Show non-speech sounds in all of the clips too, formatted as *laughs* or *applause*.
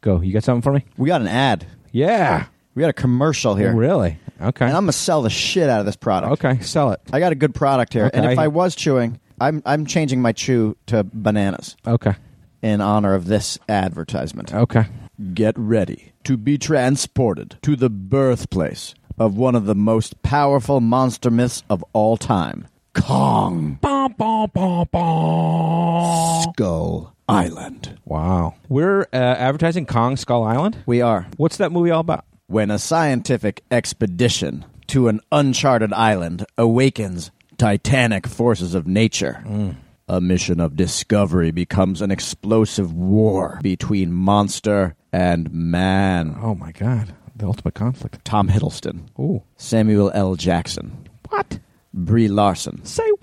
Go. You got something for me? We got an ad. Yeah. We got a commercial here. Really? Okay. And I'm gonna sell the shit out of this product. okay. Sell it. I got a good product here. And Okay. if I was chewing, I'm I'm changing my chew to bananas Okay. in honor of this advertisement. Okay. Uh, Get ready to be transported to the birthplace of one of the most powerful monster myths of all time. Kong Skull Island. Wow. We're uh, advertising Kong Skull Island. We are. What's that movie all about? when a scientific expedition to an uncharted island awakens titanic forces of nature. A mission of discovery becomes an explosive war between monster and man. Oh my God. The ultimate conflict. Tom Hiddleston, Ooh. Samuel L. Jackson, What? Brie Larson, Say what?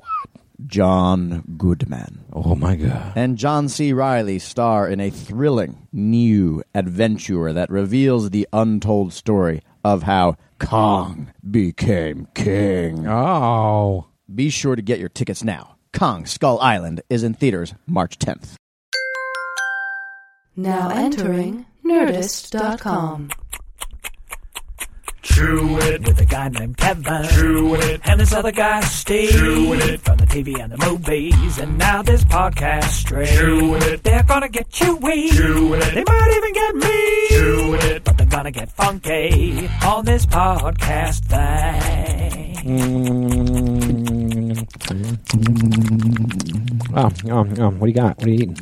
John Goodman. Oh my God. and John C. Riley star in a thrilling new adventure that reveals the untold story of how Kong became king. Oh. Be sure to get your tickets now. Kong Skull Island is in theaters March 10th. Now entering Nerdist.com. Chew it with a guy named Kevin. Chew it. And this other guy, Steve. Chew it. From the TV and the movies. And now this podcast stream. Chew it. They're gonna get chewy. Chew it. They might even get me. Chew it. But they're gonna get funky on this podcast thing. Oh, Mm. um, um, what do you got? What are you eating?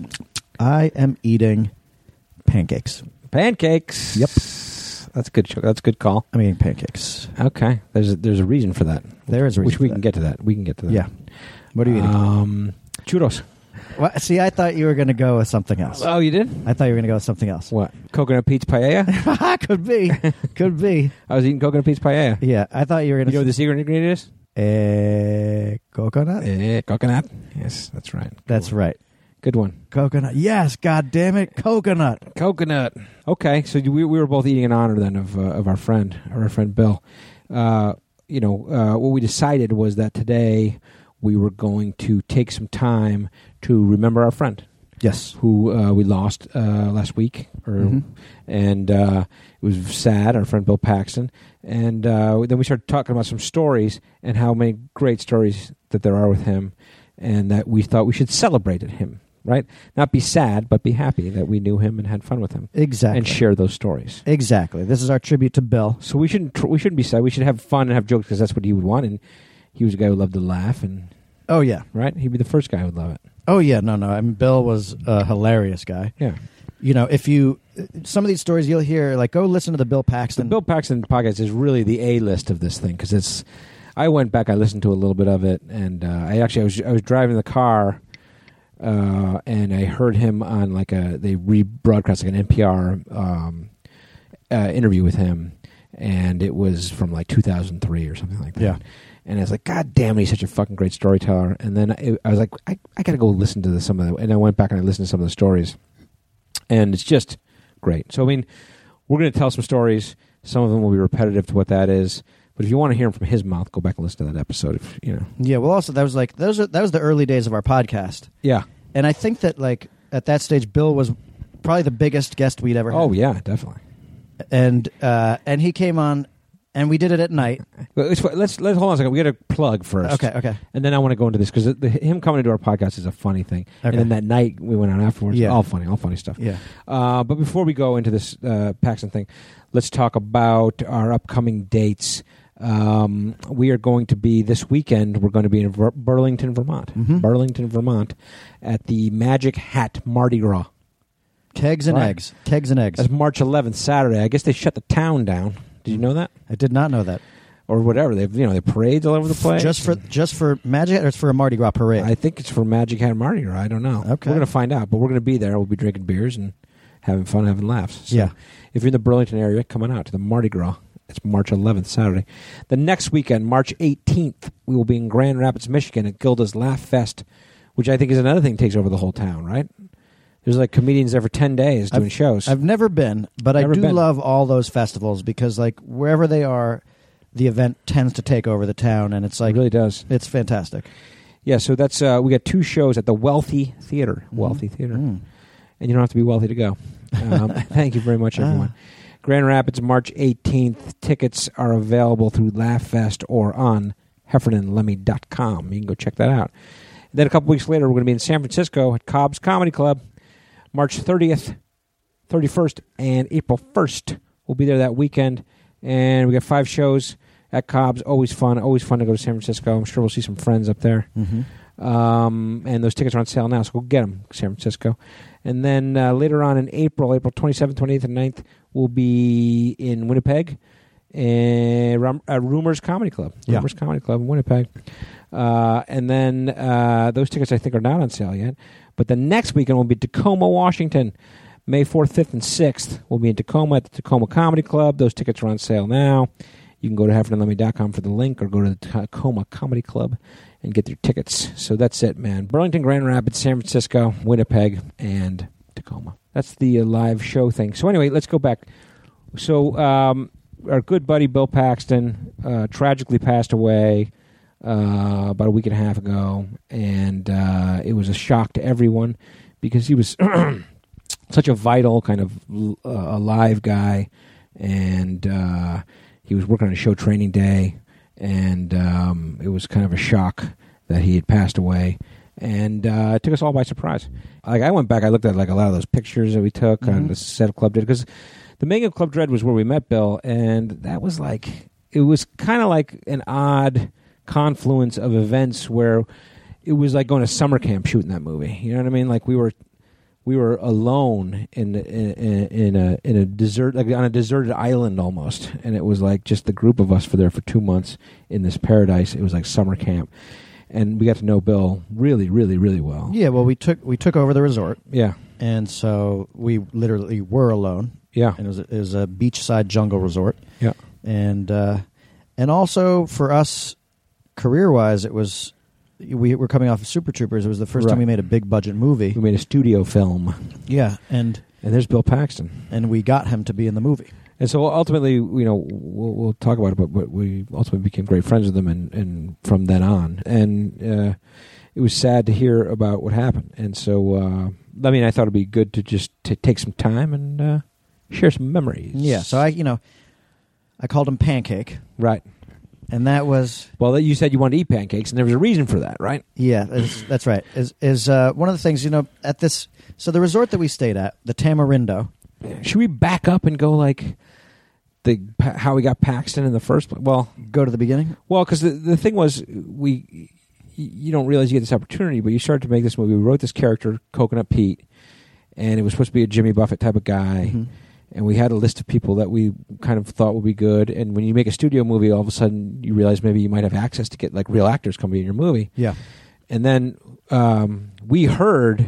I am eating pancakes. Pancakes. Yep. That's good. cho- That's good call. I'm eating pancakes. Okay. There's a, there's a reason for that. There is a reason Which we for can that. get to that. We can get to that. Yeah. What are you eating? Um, churros. Well, see, I thought you were going to go with something else. Oh, you did? I thought you were going to go with something else. *laughs* What? Coconut peach paella? could be, could be. I was eating coconut peach paella. Yeah, I thought you were going You know to what the secret ingredient is? Eh, coconut. Eh, coconut. Yes, that's right. That's right, Good one. coconut. Yes, god damn it, coconut. Coconut. Okay, so we, we were both eating in honor then of uh, of our friend, of our friend Bill. Uh, you know, uh, what we decided was that today we were going to take some time to remember our friend Yes, who uh, we lost uh, last week, or, Mhm. and uh, it was sad. Our friend Bill Paxton, and uh, then we started talking about some stories and how many great stories that there are with him, and that we thought we should celebrate him, right? Not be sad, but be happy that we knew him and had fun with him, exactly. and share those stories. Exactly. This is our tribute to Bill. So we shouldn't tr- we shouldn't be sad. We should have fun and have jokes because that's what he would want, and he was a guy who loved to laugh, and Oh yeah. right, he'd be the first guy who would love it. Oh yeah. No, no. I mean, Bill was a hilarious guy. Yeah. You know, if you some of these stories you'll hear, like go listen to the Bill The Paxton. Bill Paxton podcast is really the A list of this thing because it's. I went back. I listened to a little bit of it, and uh, I actually I was I was driving the car, uh, and I heard him on like a they rebroadcast like an NPR um, uh, interview with him, and it was from like 2003 or something like that. Yeah. And I was like, God damn, he's such a fucking great storyteller. And then I, I was like, I, I got to go listen to the, some of the. And I went back and I listened to some of the stories. And it's just great. So, I mean, we're going to tell some stories. Some of them will be repetitive to what that is. But if you want to hear them from his mouth, go back and listen to that episode. If you know, Yeah. Well, also that was like those. Are, that was the early days of our podcast. yeah. And I think that like at that stage, Bill was probably the biggest guest we'd ever. Oh had. yeah, definitely. and uh, and he came on, and we did it at night. Well, Let's let's, let's hold on a second. We got to plug first. Okay, okay, And then I want to go into this because him coming into our podcast is a funny thing. Okay. And then that night we went out afterwards. Yeah. All funny, all funny stuff. yeah. Uh, but before we go into this uh, Paxton thing, let's talk about our upcoming dates. Um, we are going to be this weekend. We're going to be in Ver- Burlington, Vermont. Mhm. Burlington, Vermont, at the Magic Hat Mardi Gras. Kegs and Right. eggs. Kegs and eggs. That's March 11th, Saturday. I guess they shut the town down. Did you know that, I did not know that. or whatever? They've you know they have parades all over the place. Just for just for magic, or it's for a Mardi Gras parade. I think it's for Magic Hat Mardi Gras. I don't know. Okay. We're going to find out, but we're going to be there. We'll be drinking beers and having fun, having laughs. So yeah, If you're in the Burlington area, coming out to the Mardi Gras. It's March 11th, Saturday. The next weekend, March 18th, we will be in Grand Rapids, Michigan at Gilda's Laugh Fest, which I think is another thing that takes over the whole town, right? There's like comedians there for 10 days doing shows. I've never been, but Never I do been. love all those festivals because like wherever they are, the event tends to take over the town, and it's like it really does. it's fantastic. Yeah, so that's uh, we got two shows at the Wealthy Theater. Wealthy Theater. Mm. And you don't have to be wealthy to go. Um, thank you very much, everyone. Grand Rapids, March 18th. Tickets are available through Laugh Fest or on heffernanlemmy.com. You can go check that out. Then a couple weeks later, we're going to be in San Francisco at Cobb's Comedy Club, March 30th, 31st, and April 1st. We'll be there that weekend. And we got five shows at Cobb's. Always fun. Always fun to go to San Francisco. I'm sure we'll see some friends up there. Mm-hmm. Um, and those tickets are on sale now, so go get them, San Francisco. And then uh, later on in April, April 27th, 28th, and 9th, we'll be in Winnipeg and Rum- uh, Rumors Comedy Club. Yeah. Rumors Comedy Club in Winnipeg. Uh, and then uh, those tickets, I think, are not on sale yet. But the next weekend will be Tacoma, Washington. May 4th, 5th, and 6th will be in Tacoma at the Tacoma Comedy Club. Those tickets are on sale now. You can go to heffernanlemmy.com for the link or go to the Tacoma Comedy Club and get your tickets. So that's it, man. Burlington, Grand Rapids, San Francisco, Winnipeg, and Tacoma. That's the uh, live show thing. So anyway, let's go back. So um, our good buddy Bill Paxton uh, tragically passed away uh, about a week and a half ago, and uh, it was a shock to everyone because he was *clears throat* such a vital kind of l- uh, alive guy, and uh, he was working on a show training day, and um, it was kind of a shock that he had passed away, and uh, it took us all by surprise. Like I went back, I looked at like a lot of those pictures that we took on Mhm. the set of Club Dread because the making of Club Dread was where we met Bill, and that was like it was kind of like an odd confluence of events where it was like going to summer camp shooting that movie. You know what I mean? Like we were we were alone in in, in a in a desert like on a deserted island almost, and it was like just the group of us were there for two months in this paradise. It was like summer camp, and we got to know Bill really, really, really well. Yeah, well, we took we took over the resort, yeah, and so we literally were alone. yeah, And it was a, it was a beachside jungle resort, Oh. yeah. and uh, and also for us, career wise, it was we were coming off of Super Troopers. It was the first Right. time we made a big budget movie. We made a studio film, Yeah, and and there's Bill Paxton. and we got him to be in the movie. And so ultimately, you know, we'll, we'll talk about it, but- but we ultimately became great friends with them, and, and from then on, and uh, it was sad to hear about what happened. And so, uh, I mean, I thought it'd be good to just t- take some time and uh, share some memories. Yeah, so I you know, I called him Pancake, right. and that was Well, you said you wanted to eat pancakes, and there was a reason for that, right? Yeah, is, that's right. Is is uh, one of the things you know at this? So the resort that we stayed at, the Tamarindo. Should we back up and go like the how we got Paxton in the first place? Well, Go to the beginning. Well, because the, the thing was, we y- you don't realize you get this opportunity, but you started to make this movie. We wrote this character, Coconut Pete, and it was supposed to be a Jimmy Buffett type of guy. Mhm. And we had a list of people that we kind of thought would be good. And when you make a studio movie, all of a sudden you realize maybe you might have access to get like real actors coming in your movie. Yeah, And then um, we heard,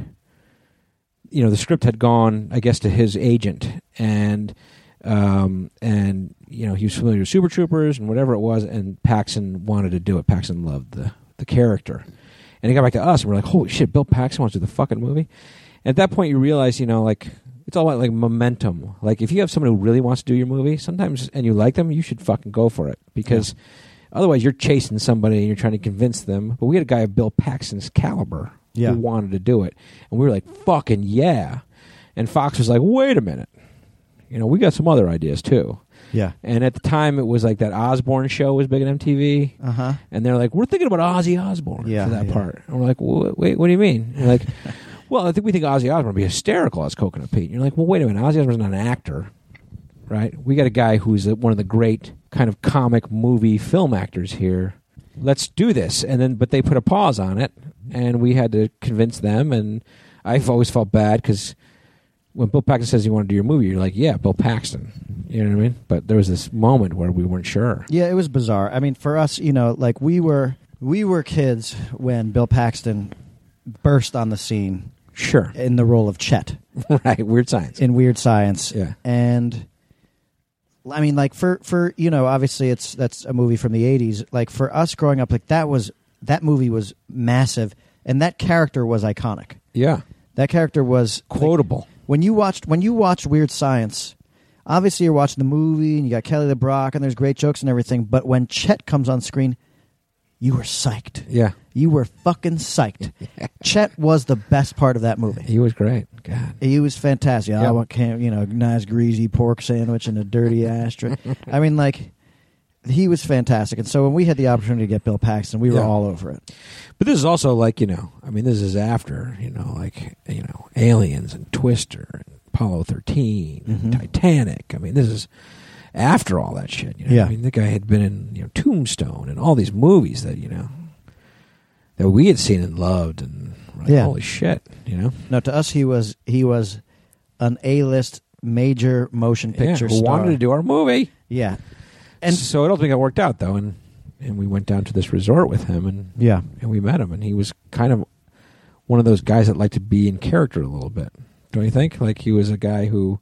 you know, the script had gone, I guess, to his agent, and um, and you know he was familiar with Super Troopers and whatever it was, and Paxson wanted to do it. Paxson loved the the character, and he got back to us, and we're like, holy shit, Bill Paxson wants to do the fucking movie. At that point, you realize, you know, like it's all about like momentum. Like if you have someone who really wants to do your movie, sometimes and you like them, you should fucking go for it because. Otherwise, you're chasing somebody and you're trying to convince them. But we had a guy of Bill Paxson's caliber Yeah. who wanted to do it, and we were like, "Fucking yeah!" And Fox was like, "Wait a minute, you know, we got some other ideas too." yeah. And at the time, it was like that Osborne show was big on MTV, Uh huh. and they're like, "We're thinking about Ozzy Osbourne Yeah, for that yeah. part." And we're like, "Wha- "Wait, what do you mean?" And like, *laughs* "Well, I think we think Ozzy Osbourne would be hysterical as Coconut Pete." And you're like, "Well, wait a minute, Ozzy Osbourne's not an actor, right? We got a guy who's uh, one of the great kind of comic movie film actors here. Let's do this." And then, but they put a pause on it, and we had to convince them. And I've always felt bad because when Bill Paxton says you want to do your movie, you're like, "Yeah, Bill Paxton." You know what I mean? But there was this moment where we weren't sure. Yeah, it was bizarre. I mean, for us, you know, like we were we were kids when Bill Paxton burst on the scene Sure, *laughs* in the role of Chet right? Weird science. in Weird Science. Yeah. and I mean, like for for you know, obviously it's that's a movie from the '80s. Like for us growing up, like that was that movie was massive, and that character was iconic. Yeah. That character was Quotable. when you watched when you watched Weird Science. Obviously, you're watching the movie, and you got Kelly LeBrock, and there's great jokes and everything. But when Chet comes on screen, you were psyched. Yeah, You were *laughs* fucking psyched. Chet was the best part of that movie. he was great. God, He was fantastic. Yeah. I want, can you know, nice greasy pork sandwich and *laughs* a dirty ashtray. I mean, like, he was fantastic. And so when we had the opportunity to get Bill Paxton, we were Yeah. all over it. but this is also like you know, I mean, this is after you know, like you know, Aliens and Twister and Apollo 13 and Mhm. Titanic. I mean, this is after all that shit. You know? Yeah. I mean, the guy had been in you know Tombstone and all these movies that you know that we had seen and loved and. we're Like, Yeah. Holy shit! You know, No, to us, he was he was an A list major motion picture yeah, who star. wanted to do our movie, yeah, and so it ultimately got worked out though, and and we went down to this resort with him, and yeah, and we met him, and he was kind of one of those guys that like to be in character a little bit. Don't you think? Like he was a guy who,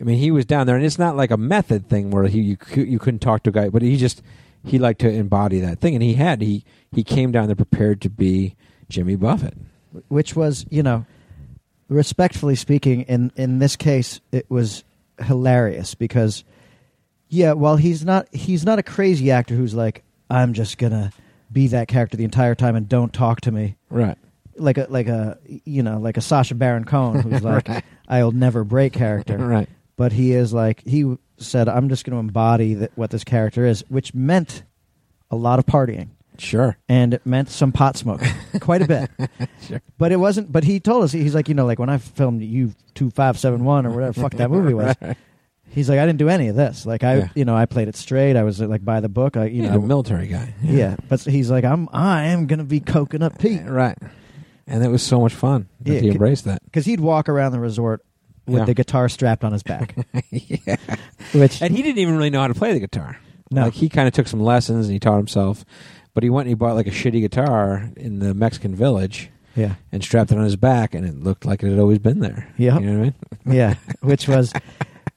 I mean, he was down there, and it's not like a method thing where he you cou- you couldn't talk to a guy, but he just he liked to embody that thing, and he had he he came down there prepared to be Jimmy Buffett. which was you know, respectfully speaking, in in this case, it was hilarious because yeah, while he's not he's not a crazy actor who's like I'm just gonna be that character the entire time and don't talk to me Right. like a like a you know like a Sasha Baron Cohen who's like I'll never break character Right. but he is like he said i'm just going to embody that, what this character is which meant a lot of partying Sure. and it meant some *laughs* pot smoke quite a bit Sure. but it wasn't but he told us he's like you know like when i filmed you 2571 or whatever the fuck that *laughs* movie was he's like i didn't do any of this like i Yeah. you know i played it straight i was like by the book i you You know, know military guy. yeah. but he's like i'm i am going to be coconut pete Right. And it was so much fun that Yeah, he c- embraced that. because he'd walk around the resort with Yeah. the guitar strapped on *laughs* his back which And he didn't even really know how to play the guitar. No. Like he kind of took some lessons and he taught himself, but he went and he bought like a shitty guitar in the Mexican village yeah and strapped it on his back, and it looked like it had always been there. Yep. You know what I mean? yeah, which was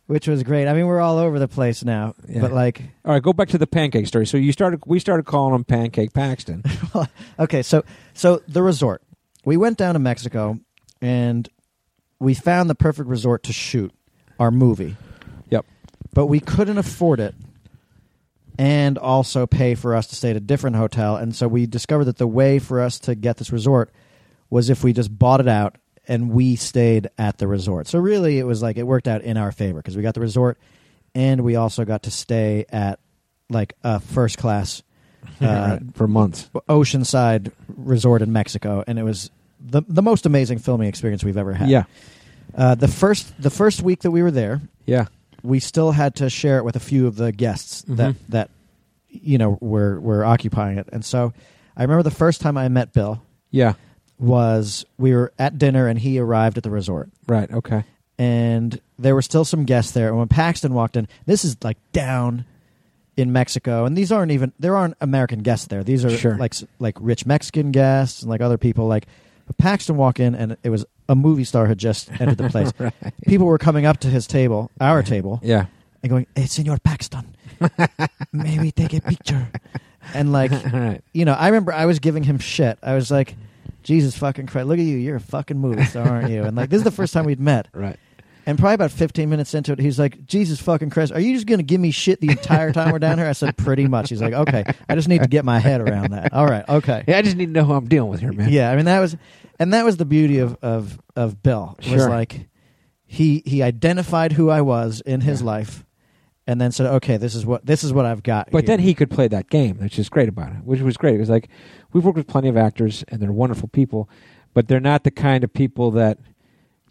which was great. I mean, we're all over the place now, Yeah. but like, All right, go back to the pancake story. So you started, we started calling him Pancake *laughs* Paxton. *laughs* okay, so so the resort. We went down to Mexico, and we found the perfect resort to shoot our movie. Yep. but we couldn't afford it, and also pay for us to stay at a different hotel. And so we discovered that the way for us to get this resort was if we just bought it out and we stayed at the resort. So really, it was like it worked out in our favor because we got the resort, and we also got to stay at like a first class. Uh, for months. oceanside resort in Mexico, and it was the the most amazing filming experience we've ever had. Yeah. Uh, the first the first week that we were there, Yeah. we still had to share it with a few of the guests that Mhm. that you know were were occupying it, and so I remember the first time I met Bill Yeah. was we were at dinner and he arrived at the resort Right. Okay. and there were still some guests there. And when Paxton walked in, this is like down in Mexico, and these aren't even there aren't American guests there. These are Sure. like like rich Mexican guests and like other people. Like but Paxton walked in, and it was a movie star had just entered the place. People were coming up to his table, our table, Yeah. and going, "Hey, Senor Paxton, maybe take a picture." And like All *laughs* right. you know, I remember I was giving him shit. I was like, "Jesus fucking Christ, look at you! You're a fucking movie star, aren't you?" And like this is the first time we'd met. Right. And probably about 15 minutes into it, he's like, Jesus fucking Christ, are you just going to give me shit the entire time we're down here? I said, pretty much. He's like, okay, I just need to get my head around that. All right, okay. Yeah. I just need to know who I'm dealing with here, man. Yeah, I mean, that was, and that was the beauty of, of, of Bill. It was Sure. like, he, he identified who I was in his Yeah. life and then said, okay, this is what, this is what I've got. But here. then he could play that game, which is great about it, which was great. It was like, we've worked with plenty of actors, and they're wonderful people, but they're not the kind of people that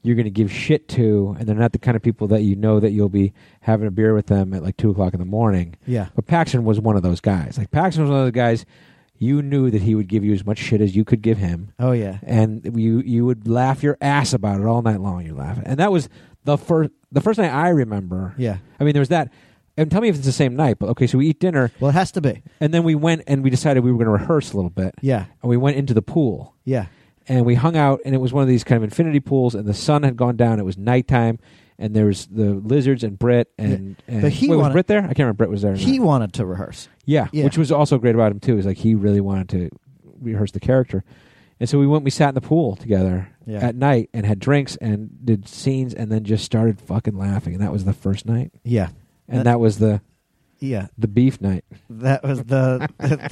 you're going to give shit to, and they're not the kind of people that you know that you'll be having a beer with them at like 2 o'clock in the morning. yeah, But Paxton was one of those guys. Like, Paxton was one of those guys you knew that he would give you as much shit as you could give him, oh yeah. and you, you would laugh your ass about it all night long. You laugh. And that was the first, the first night I remember. Yeah. I mean, there was that. And tell me if it's the same night, but okay, so we eat dinner. Well, it has to be. And then we went and we decided we were going to rehearse a little bit. Yeah, And we went into the pool yeah. and we hung out and it was one of these kind of infinity pools and the sun had gone down. It was nighttime and there was the lizards and Britt and, and But he wait, was wanted- Britt there? I can't remember if Britt was there. or He not. wanted to rehearse. yeah, yeah. which was also great about him too. Is like he really wanted to rehearse the character. And so we went. We sat in the pool together Yeah. at night and had drinks and did scenes and then just started fucking laughing. And that was the first night. Yeah. And That- that was the yeah, the beef night, that was the. *laughs*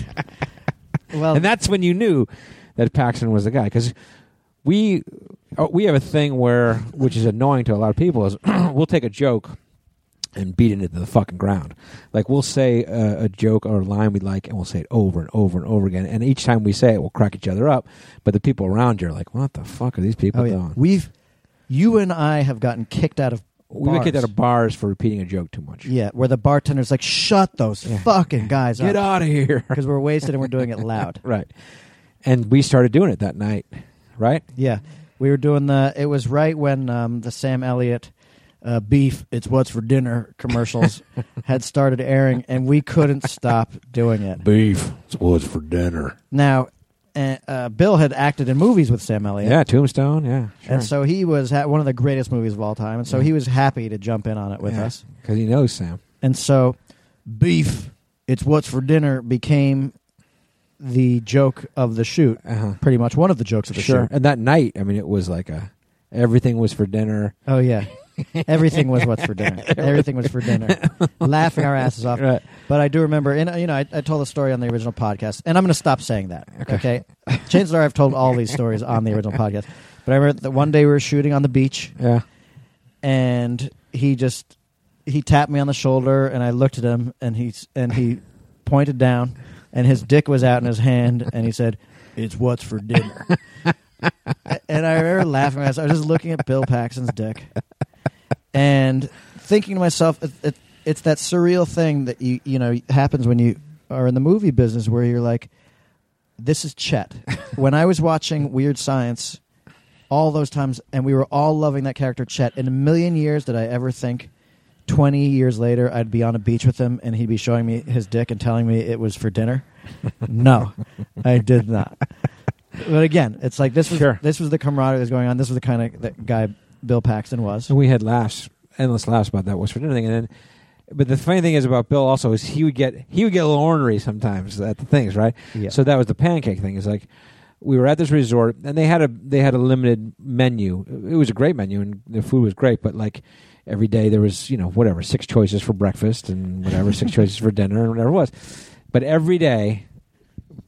well, and that's when you knew that Paxton was the guy because we oh, we have a thing where which is annoying to a lot of people is *clears throat* we'll take a joke and beat it into the fucking ground. Like we'll say a, a joke or a line we like, and we'll say it over and over and over again. And each time we say it, we'll crack each other up. But the people around you are like, "What the fuck are these people oh, yeah. doing?" we've you and I have gotten kicked out of We would get bars. out of bars for repeating a joke too much. yeah, where the bartender's like, "Shut those Yeah. fucking guys Get up," out of *laughs* here! because we're wasted and we're doing it loud. *laughs* right. And we started doing it that night, right? Yeah, we were doing the. It was right when um, the Sam Elliott uh, beef. It's what's for dinner commercials *laughs* had started airing, and we couldn't stop doing it. Beef was for dinner. Now, uh, uh, Bill had acted in movies with Sam Elliott. Yeah, Tombstone. Yeah, sure. Oh, And so he was ha- one of the greatest movies of all time, and so he was happy to jump in on it with Yeah. us. because he knows Sam. And so, beef, it's what's for dinner, became the joke of the shoot. Uh-huh. Pretty much one of the jokes of the Sure. shoot. And that night, I mean, it was like a everything was for dinner. Oh yeah, everything was what's for *laughs* dinner. Everything was for dinner. Laughing our asses off. Right. But I do remember, and you know, I, I told the story on the original podcast, and I'm going to stop saying that. Okay, chances are I've told all these stories on the *laughs* original podcast. But I remember that one day we were shooting on the beach, Yeah. and he just he tapped me on the shoulder, and I looked at him, and he's and he pointed down, and his dick was out in his hand, and he said, "It's what's for dinner." and I remember laughing. my ass- I was just looking at Bill Paxton's dick, and thinking to myself, it, it, it's that surreal thing that you you know happens when you are in the movie business, where you're like, "This is Chet." when I was watching Weird Science, all those times, and we were all loving that character Chet. In a million years, did I ever think? 20 years later, I'd be on a beach with him and he'd be showing me his dick and telling me it was for dinner. no, I did not. But again, it's like this was Sure. this was the camaraderie that was going on. This was the kind of that guy Bill Paxton was. And we had laughs, endless laughs about that was for dinner thing. And then, but the funny thing is about Bill also is he would get he would get a little ornery sometimes at the things, right? Yeah. So that was the pancake thing. It's like we were at this resort and they had a they had a limited menu. It was a great menu and the food was great, but like every day there was you know whatever six choices for breakfast and whatever *laughs* six choices for dinner and whatever it was. But every day,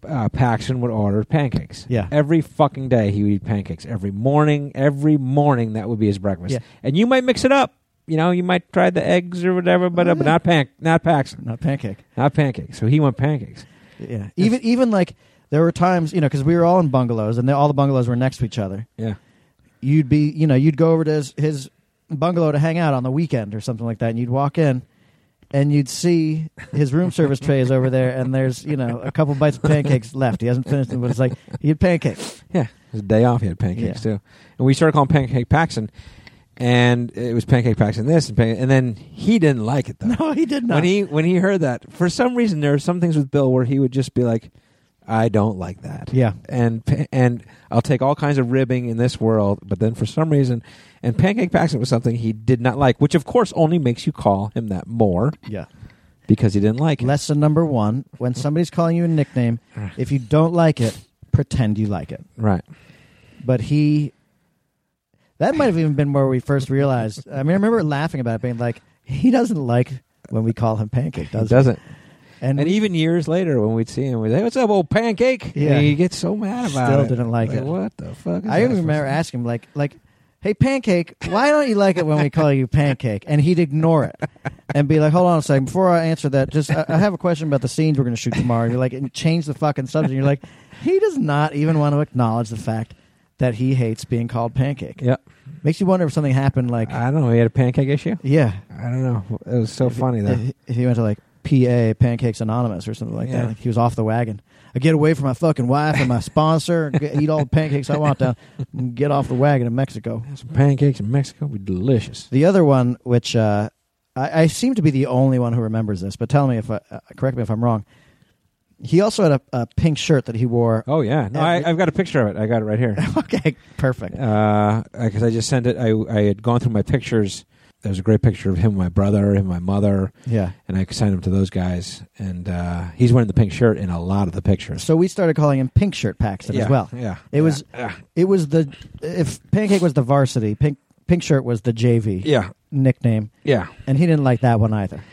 uh, Paxton would order pancakes. Yeah. Every fucking day he would eat pancakes. Every morning, every morning that would be his breakfast. Yeah. And you might mix it up. You know, you might try the eggs or whatever, but, uh, but not pan, not Paxton, Not pancake. not pancakes. So he went pancakes. Yeah. Even even like there were times, you know, cuz we were all in bungalows and they, all the bungalows were next to each other. Yeah. You'd be, you know, you'd go over to his, his bungalow to hang out on the weekend or something like that and you'd walk in and you'd see his room service tray is over there and there's, you know, a couple bites of pancakes left. He hasn't finished them, but it's like he had pancakes. *laughs* Yeah. His day off, he had pancakes Yeah. too. And we started calling pancake Paxton, and it was pancake Paxton this and pancake, and then he didn't like it though. No, he did not. When he when he heard that, for some reason there are some things with Bill where he would just be like, "I don't like that." yeah. and pa- and I'll take all kinds of ribbing in this world, but then for some reason, and Pancake Paxton was something he did not like, which of course only makes you call him that more Yeah. because he didn't like it. Lesson number 1, when somebody's calling you a nickname, if you don't like it, pretend you like it. right? but he that might have even been where we first realized i mean i remember laughing about it being like he doesn't like when we call him pancake He does he doesn't. and, And, we even years later, when we'd see him, we'd say, "What's up, old Pancake?" Yeah. and he gets so mad about Still it. didn't like it. What the fuck? Is i that even remember supposed asking him like like hey pancake why don't you like it when we call you pancake and he'd ignore it and be like hold on a second before i answer that just i, I have a question about the scenes we're going to shoot tomorrow and you're like and change the fucking subject and you're like he does not even want to acknowledge the fact that he hates being called pancake to- Yep. makes you wonder if something happened like I don't know. He had a pancake issue. yeah I don't know. It was so funny though. If- if he went to like PA Pancakes Anonymous or something like Yeah. that. Like he was off the wagon. I get away from my fucking wife and my sponsor. and Get, eat all the pancakes I want down. And get off the wagon in Mexico. Some pancakes in Mexico would be delicious. The other one, which uh, I, I seem to be the only one who remembers this, but tell me if I, uh, correct me if I'm wrong. He also had a, a pink shirt that he wore. *laughs* Oh yeah, no, I, Every- I've got a picture of it. I got it right here. Okay, perfect. because Uh, I just sent it. I I had gone through my pictures. There was a great picture of him, and my brother, and my mother, Yeah. and I sent him to those guys. And uh, he's wearing the pink shirt in a lot of the pictures So we started calling him Pink Shirt Paxton yeah, as well. Yeah, It was yeah, it was the if Pancake was the varsity, Pink Pink Shirt was the JV yeah, nickname. yeah. And he didn't like that one either.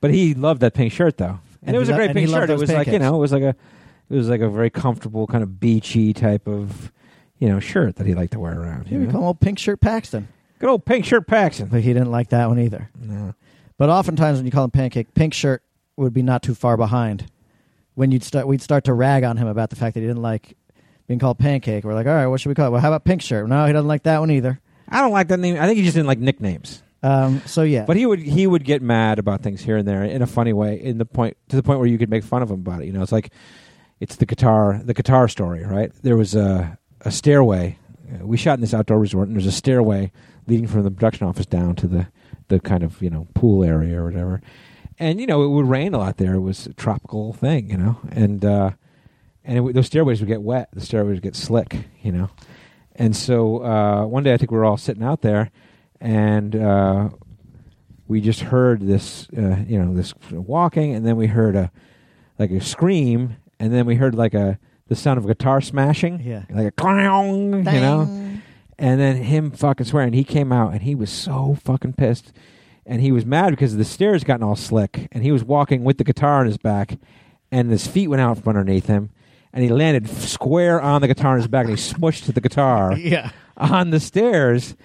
But he loved that pink shirt though, and, And it was he a lo- great and pink he loved shirt. It those was like you pancakes. know, it was like a, it was like a very comfortable kind of beachy type of, you know, shirt that he liked to wear around. Here You we know? call him old Pink Shirt Paxton. Good old pink shirt Paxton. But he didn't like that one either. No. But oftentimes when you call him Pancake, Pink Shirt would be not too far behind. When you'd start, we'd start to rag on him about the fact that he didn't like being called Pancake. We're like, all right, what should we call it? Well, how about Pink Shirt? No, he doesn't like that one either. I don't like that name. I think he just didn't like nicknames. Um, so yeah, But he would he would get mad about things here and there in a funny way, in the point to the point where you could make fun of him about it. You know, it's like it's the guitar the guitar story, right? There was a a stairway. Uh, We shot in this outdoor resort, and there's a stairway leading from the production office down to the the kind of you know pool area or whatever. And you know, it would rain a lot there. It was a tropical thing, you know, and uh, and it, would- those stairways would get wet. The stairways would get slick, you know. And so uh, one day, I think we were all sitting out there, and uh, we just heard this, uh, you know, this walking, and then we heard a like a scream, and then we heard like a the sound of a guitar smashing, Yeah. like a clang, you know, and then him fucking swearing. He came out, and he was so fucking pissed, and he was mad because the stairs gotten all slick, and he was walking with the guitar on his back, and his feet went out from underneath him. And he landed f- square on the guitar on his back, and he smushed the guitar *laughs* yeah, on the stairs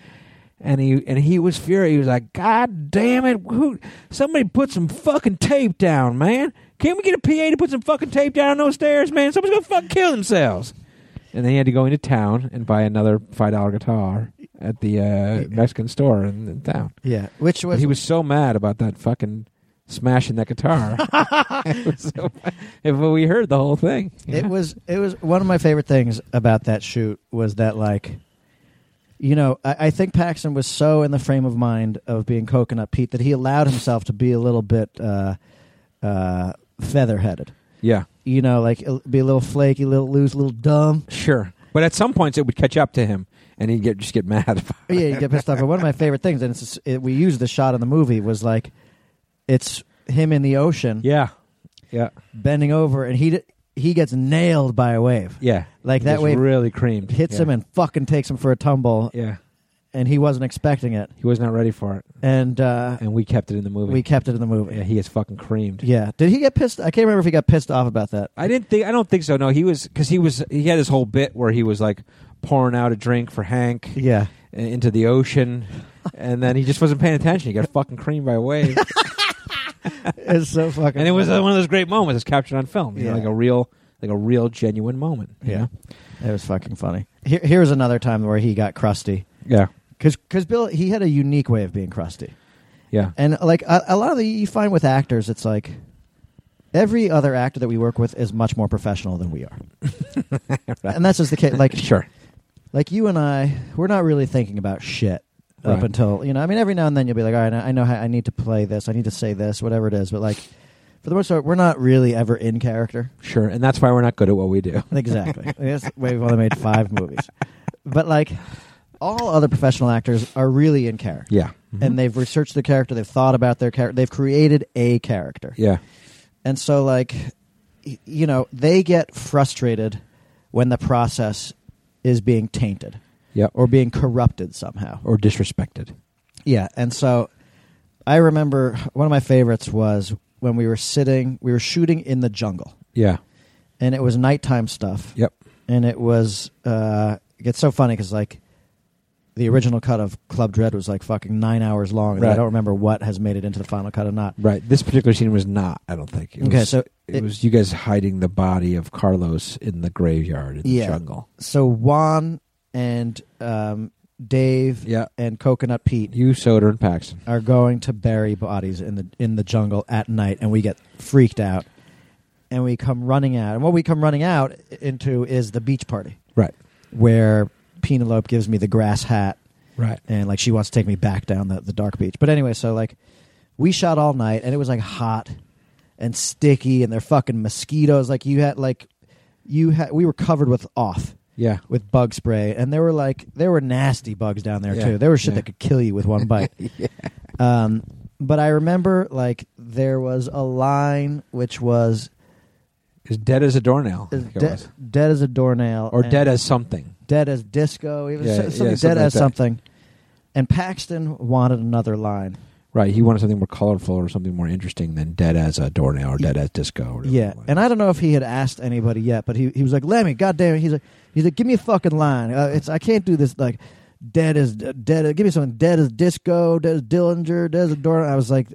and he and he was furious. He was like, "God damn it! Who, somebody put some fucking tape down, man! Can't we get a PA to put some fucking tape down on those stairs, man? Someone's gonna fucking kill themselves." And then he had to go into town and buy another five dollar guitar at the uh, Mexican store in, in town. yeah. Which But was he was so mad about that fucking smashing that *laughs* guitar. *laughs* it was so, and when we heard the whole thing. you It know? was it was one of my favorite things about that shoot was that like, you know, I, I think Paxton was so in the frame of mind of being Coconut Pete that he allowed himself to be a little bit uh, uh, feather-headed. yeah, You know, like uh, be a little flaky, little loose, a little dumb. sure. But at some points, it would catch up to him, and he'd get just get mad *laughs* about. it. Yeah, you get pissed off. But one of my favorite things, and it's, it, we used the shot in the movie, was like, it's him in the ocean Yeah. Yeah. bending over, and he d- he gets nailed by a wave. Yeah. Like that Just wave really creamed. hits yeah. him and fucking takes him for a tumble, Yeah. and he wasn't expecting it. He was not ready for it. and uh, And we kept it in the movie. we kept it in the movie. yeah, he is fucking creamed. Yeah. Did he get pissed? I can't remember if he got pissed off about that. I didn't think I don't think so. No, he was cuz he was he had his whole bit where he was like pouring out a drink for Hank Yeah, i- into the ocean and then he just wasn't paying attention. He got fucking creamed by a *laughs* wave. it's so fucking. and it was uh, one of those great moments that's captured on film, you know, Yeah. like a real like a real genuine moment. you Yeah. know? it was fucking funny. Here, here's another time where he got crusty Yeah. because Bill he had a unique way of being crusty, Yeah. and like a, a lot of the you find with actors, it's like every other actor that we work with is much more professional *laughs* than we are, and that's just the case. Like Sure. like you and I, we're not really thinking about shit up Right. until you know. I mean, every now and then you'll be like, all right, I know how I need to play this, I need to say this, whatever it is. But like for the most part, we're not really ever in character. Sure. And that's why we're not good at what we do. *laughs* Exactly. That's why we've only made five movies. But like all other professional actors are really in character, Yeah. Mm-hmm. and they've researched the character, they've thought about their character, they've created a character. Yeah. And so, like, y- you know, they get frustrated when the process is being tainted Yeah. Or or being corrupted somehow. or disrespected. Yeah, and so I remember one of my favorites was when we were sitting, we were shooting in the jungle, Yeah. and it was nighttime stuff, Yep. and it was uh, it's so funny because like the original cut of Club Dread was like fucking nine hours long, and I Right. don't remember what has made it into the final cut or not. Right. This particular scene was not. I don't think. It Okay, was, so it, it- was you guys hiding the body of Carlos in the graveyard in Yeah. the jungle. So Juan and um, Dave Yeah. and Coconut Pete You, Soder, and Paxton. are going to bury bodies in the in the jungle at night, and we get freaked out, and we come running out. And what we come running out into is the beach party, Right. where Penelope gives me the grass hat, Right. and like she wants to take me back down the, the dark beach. But anyway, so like we shot all night, and it was like hot and sticky, and they're fucking mosquitoes. Like you had like you had we were covered with off Yeah. with bug spray, and there were like there were nasty bugs down there Yeah, too. There were shit yeah. that could kill you *laughs* with one bite. um, but I remember like there was a line which was As dead as a doornail. I as think it de- was. dead as a doornail, Or and dead as something. dead as disco. It was Yeah, so- yeah, something dead something like as that. something. And Paxton wanted another line, Right, he wanted something more colorful or something more interesting than dead as a doornail or dead as disco. Or whatever Yeah, it was. and I don't know if he had asked anybody yet, but he, he was like, "Lemmy, goddamn!" He's like, "He's like, give me a fucking line. Uh, it's I can't do this. Like, dead is dead. Give me something. Dead is disco. Dead is Dillinger. Dead is Dorn." I was like,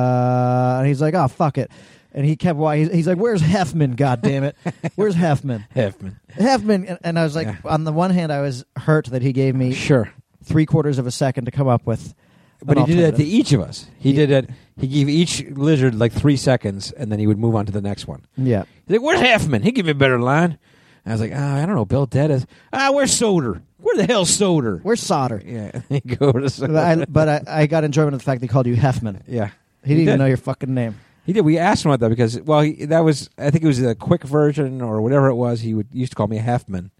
"Uh," and he's like, "Oh fuck it," and he kept why he's, he's like, "Where's Heffman? Goddamn it, where's *laughs* Heffman? Hefman. Heffman." And, and I was like, Yeah. on the one hand, I was hurt that he gave me Sure, three quarters of a second to come up with, but an he did that to alternative. each of us. He Yeah. did it. He gave each lizard like three seconds, and then he would move on to the next one. yeah. He's like, "Where's Hefman? He give me a better line." And I was like, "Ah, "I don't know, Bill Dead is ah, where's Soder? Where the hell's Soder?" Where's *laughs* solder? yeah, he go to Soder. But, I, but I, I got enjoyment of the fact that he called you Heffman. yeah, He didn't even did. know your fucking name. He did. We asked him about that because, well, he, that was I think it was the quick version or whatever it was. He would used to call me Hefman,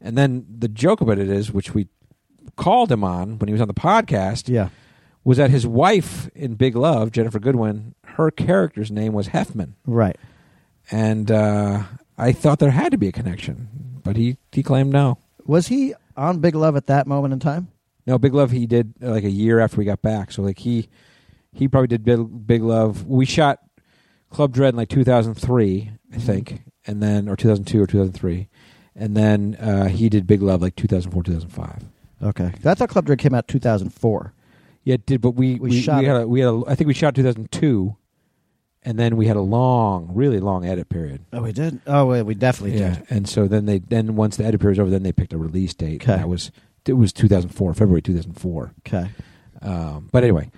and then the joke about it is, which we called him on when he was on the podcast, Yeah. was that his wife in Big Love, Jennifer Goodwin, her character's name was Hefman, Right. and uh, I thought there had to be a connection, but he he claimed no. Was he on Big Love at that moment in time? No, Big Love he did uh, like a year after we got back. So like he he probably did Big, Big Love. We shot Club Dread in like 2003, I Mm-hmm. think, and then or 2002 or 2003. And then uh, he did Big Love like 2004, 2005. Okay. I thought Club Dread came out 2004. Yeah, it did but we We shot we had it. a, we had a, I think we shot 2002 and then we had a long, really long edit period. Oh, we did? Oh, wait, we definitely yeah. And so then they then once the edit period was over, then they picked a release date. Okay. And that was it was 2004, February 2004. Okay. Um, but anyway,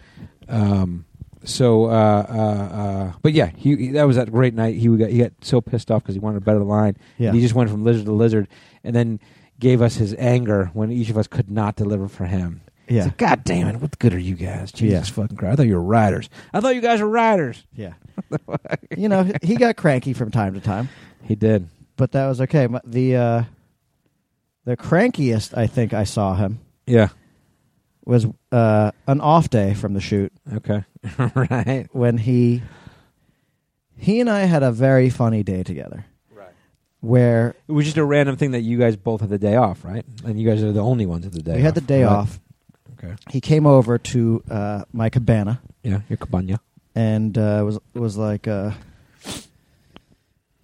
um, so uh, uh, uh, but yeah, he, he- that was that great night. He got he got so pissed off because he wanted a better line. Yeah. And he just went from lizard to lizard, and then gave us his anger when each of us could not deliver for him. He's Yeah. like, God damn it! What good are you guys? Jesus fucking Christ! I thought you were riders. I thought you guys were riders. *laughs* Yeah. you know, he got cranky from time to time, He did. but that was okay. My- The uh, the crankiest I think I saw him Yeah. was uh, an off day from the shoot Okay. *laughs* right. when he he and I had a very funny day together. Where It was just a random thing that you guys both had the day off, right? And you guys are the only ones with the day. we had the day right? off, Okay. he came over to uh, my cabana. Yeah. Your cabana. and uh, was was like, uh,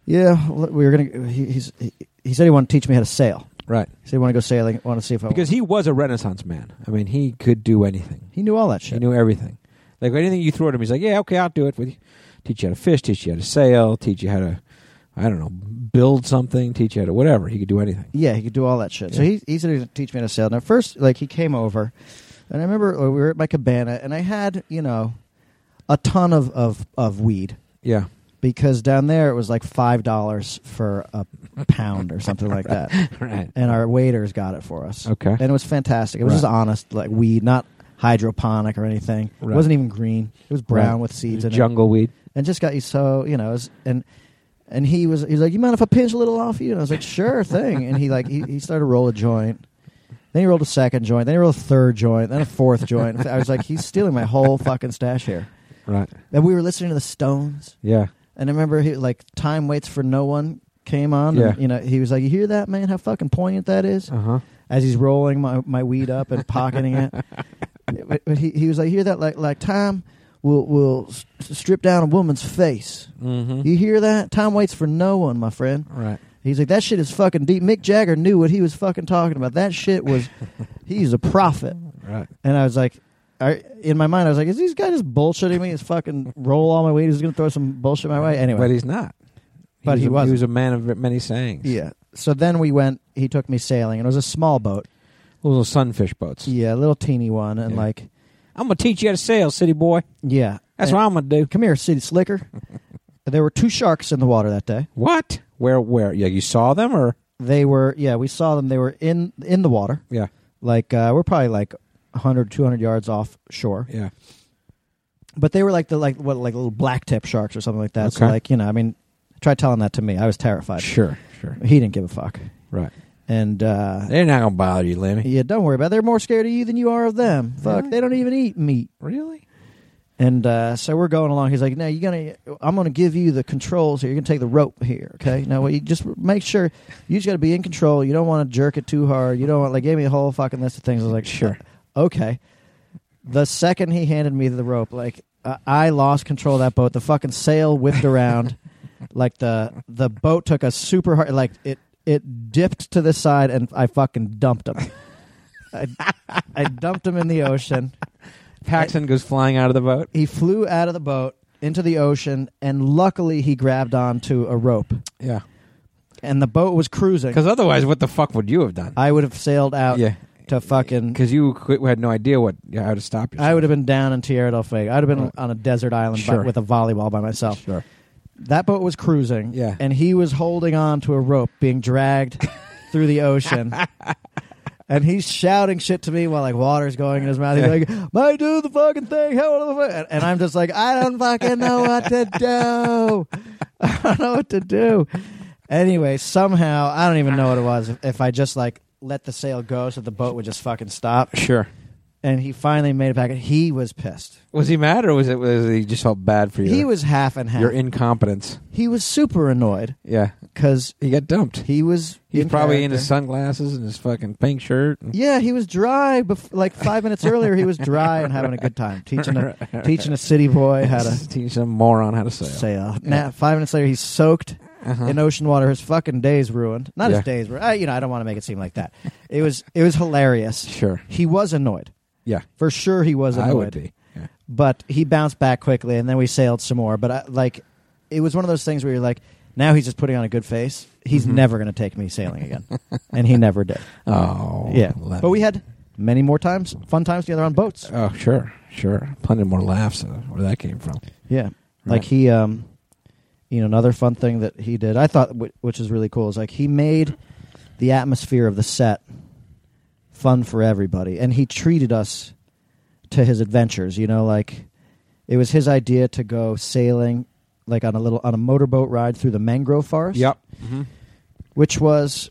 yeah, well, we were gonna. He, he's he, he said he wanted to teach me how to sail. Right. He said he wanted to go sailing. Want to see if I because he was a renaissance man. I mean, he could do anything. he knew all that He shit. knew everything. Like anything you threw at him, he's like, "Yeah, okay, I'll do it with you. Teach you how to fish, teach you how to sail, teach you how to, I don't know, build something, teach you how to whatever. He could do anything. Yeah, he could do all that shit. So Yeah. he he said he was gonna teach me how to sail. Now first, like he came over, and I remember uh, we were at my cabana, and I had you know a ton of of of weed. Yeah, Because down there it was like five dollars for a pound or something *laughs* like that, *laughs* right. and our waiters got it for us. Okay, and it was fantastic. It was Right. just honest, like weed, not hydroponic or anything. It Right. wasn't even green. It was brown Right. with seeds in jungle weed. it, and just got you so you know. It was, and and he was he was like, "You mind if I pinch a little off you?" And I was like, "Sure thing." And he like he, he started to roll a joint. Then he rolled a second joint. Then he rolled a third joint. Then a fourth joint. I was like, "He's stealing my whole fucking stash here." Right. And we were listening to the Stones, Yeah. and I remember he like "Time Waits for No One" came on. Yeah. And, you know, he was like, "You hear that, man? How fucking poignant that is." Uh huh. as he's rolling my, my weed up and *laughs* pocketing it. but, but he, he was like, hear that? Like, like time will, will s- strip down a woman's face. Mm-hmm. You hear that? Time waits for no one, my friend. Right. He's like, that shit is fucking deep. Mick Jagger knew what he was fucking talking about. That *laughs* shit was, he's a prophet. Right. And I was like, I, in my mind, I was like, is this guy just bullshitting me? He's fucking roll all my weed. He's going to throw some bullshit my way. Anyway. But he's not. But he was. a- wasn't. He was a man of many sayings. yeah. So then we went, he took me sailing, and it was a small boat. Little sunfish boats. Yeah, a little teeny one. And Yeah. like, I'm gonna teach you how to sail, city boy. yeah. That's And- what I'm gonna do. Come here, city *laughs* slicker. there were two sharks in the water that day. What? Where? Where? Yeah. You saw them or? They were, yeah, we saw them. They were in in the water. Yeah. Like uh, we're probably like 100, 200 yards offshore. Yeah. But they were like the like what like little black tip sharks or something like that. So Okay. like you know, I mean, try telling that to me. I was terrified. Sure. Sure. He didn't give a fuck. Right. And uh, They're not gonna bother you, Lemmy. yeah, don't worry about. it. They're more scared of you than you are of them. Fuck, Really? they don't even eat meat. Really? And uh, so we're going along. He's like, "Now you're gonna, I'm gonna give you the controls here. You're gonna take the rope here, okay? Now what you just make sure you just got to be in control. You don't want to jerk it too hard. You don't want like gave me a whole fucking list of things. I was like, Sure. okay. The second he handed me the rope, like uh, I lost control of that boat. The fucking sail whipped around, like the the boat took a super hard, like it it dipped to the side, and I fucking dumped him. I, I dumped him in the ocean. Paxton goes flying out of the boat. He flew out of the boat into the ocean, and luckily he grabbed onto a rope, Yeah. and the boat was cruising. Because otherwise, what the fuck would you have done? I would have sailed out yeah. to fucking. Because you qu- had no idea what how to stop yourself. I would have been down in Tierra del Fuego. I'd have been on a desert island by- Sure. with a volleyball by myself. Sure. That boat was cruising, Yeah. and he was holding on to a rope, being dragged through the ocean. And he's shouting shit to me while like water's going in his mouth. He's like, "My dude, the fucking thing, how the fuck?" And I'm just like, "I don't fucking know what to do. *laughs* I don't know what to do." Anyway, somehow I don't even know what it was. If, if I just like let the sail go, so the boat would just fucking stop. Sure. And he finally made it back. And he was pissed. Was he mad or was it was he just felt bad for you? He was half and half. your incompetence. he was super annoyed Yeah. because He got dumped. He was. He's probably in his character. sunglasses and his fucking pink shirt. Yeah, he was dry. Bef- like five minutes earlier, he was dry and having a *laughs* good time teaching a teaching a city boy how to teach some moron how to sail. sail. Now, five minutes later, he's soaked Uh-huh. in ocean water. His fucking day's ruined. Not Yeah. his days. Ru- I, you know, I don't want to make it seem like that. It was. It was hilarious. Sure. He was annoyed. Yeah. For sure, he was annoyed. I would be. Yeah. But he bounced back quickly, and then we sailed some more. But I, like, it was one of those things where you're like, now he's just putting on a good face. He's Mm-hmm. never going to take me *laughs* sailing again, and he never did. Oh. Yeah. let But we me- had many more times, fun times together on boats. Oh, sure. Sure. Plenty more laughs uh, where that came from. Yeah. Like Right. he, um, you know, another fun thing that he did, I thought, wh- which is really cool, is like he made the atmosphere of the set fun for everybody. And he treated us to his adventures, you know, like it was his idea to go sailing like on a little on a motorboat ride through the mangrove forest Yep. Mm-hmm. which was,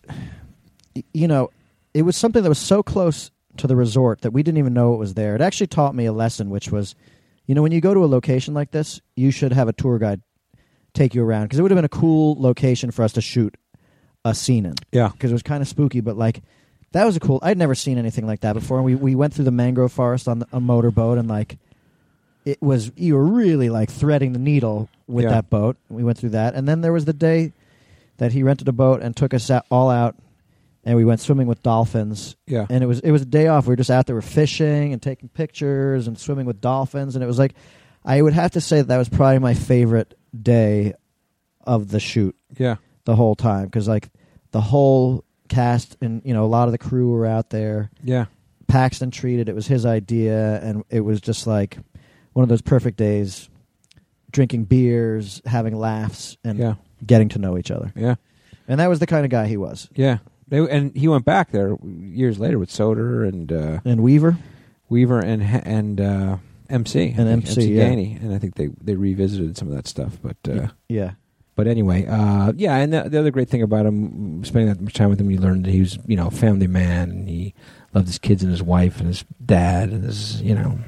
y- you know, it was something that was so close to the resort that we didn't even know it was there. It actually taught me a lesson, which was, you know, when you go to a location like this, you should have a tour guide take you around because it would have been a cool location for us to shoot a scene in Yeah. because it was kind of spooky, but like. That was a cool. I'd never seen anything like that before. And we, we went through the mangrove forest on the, a motorboat, and like, it was you were really like threading the needle with Yeah. that boat. We went through that, and then there was the day that he rented a boat and took us out, all out, and we went swimming with dolphins. Yeah. And it was it was a day off. We were just out there, we were fishing and taking pictures and swimming with dolphins, and it was like I would have to say that, that was probably my favorite day of the shoot Yeah. the whole time because like the whole cast and you know a lot of the crew were out there. Yeah. Paxton treated. It was his idea, and it was just like one of those perfect days, drinking beers, having laughs, and Yeah. getting to know each other. Yeah. And that was the kind of guy he was. Yeah. They, and he went back there years later with Soder and uh, And Weaver, Weaver and and uh, MC I And think, MC, yeah. Gainey. and I think they they revisited some of that stuff. But uh, yeah, but anyway, uh, yeah. And the, the other great thing about him spending that much time with him, you learned that he was you know a family man and he loved his kids and his wife and his dad and his you know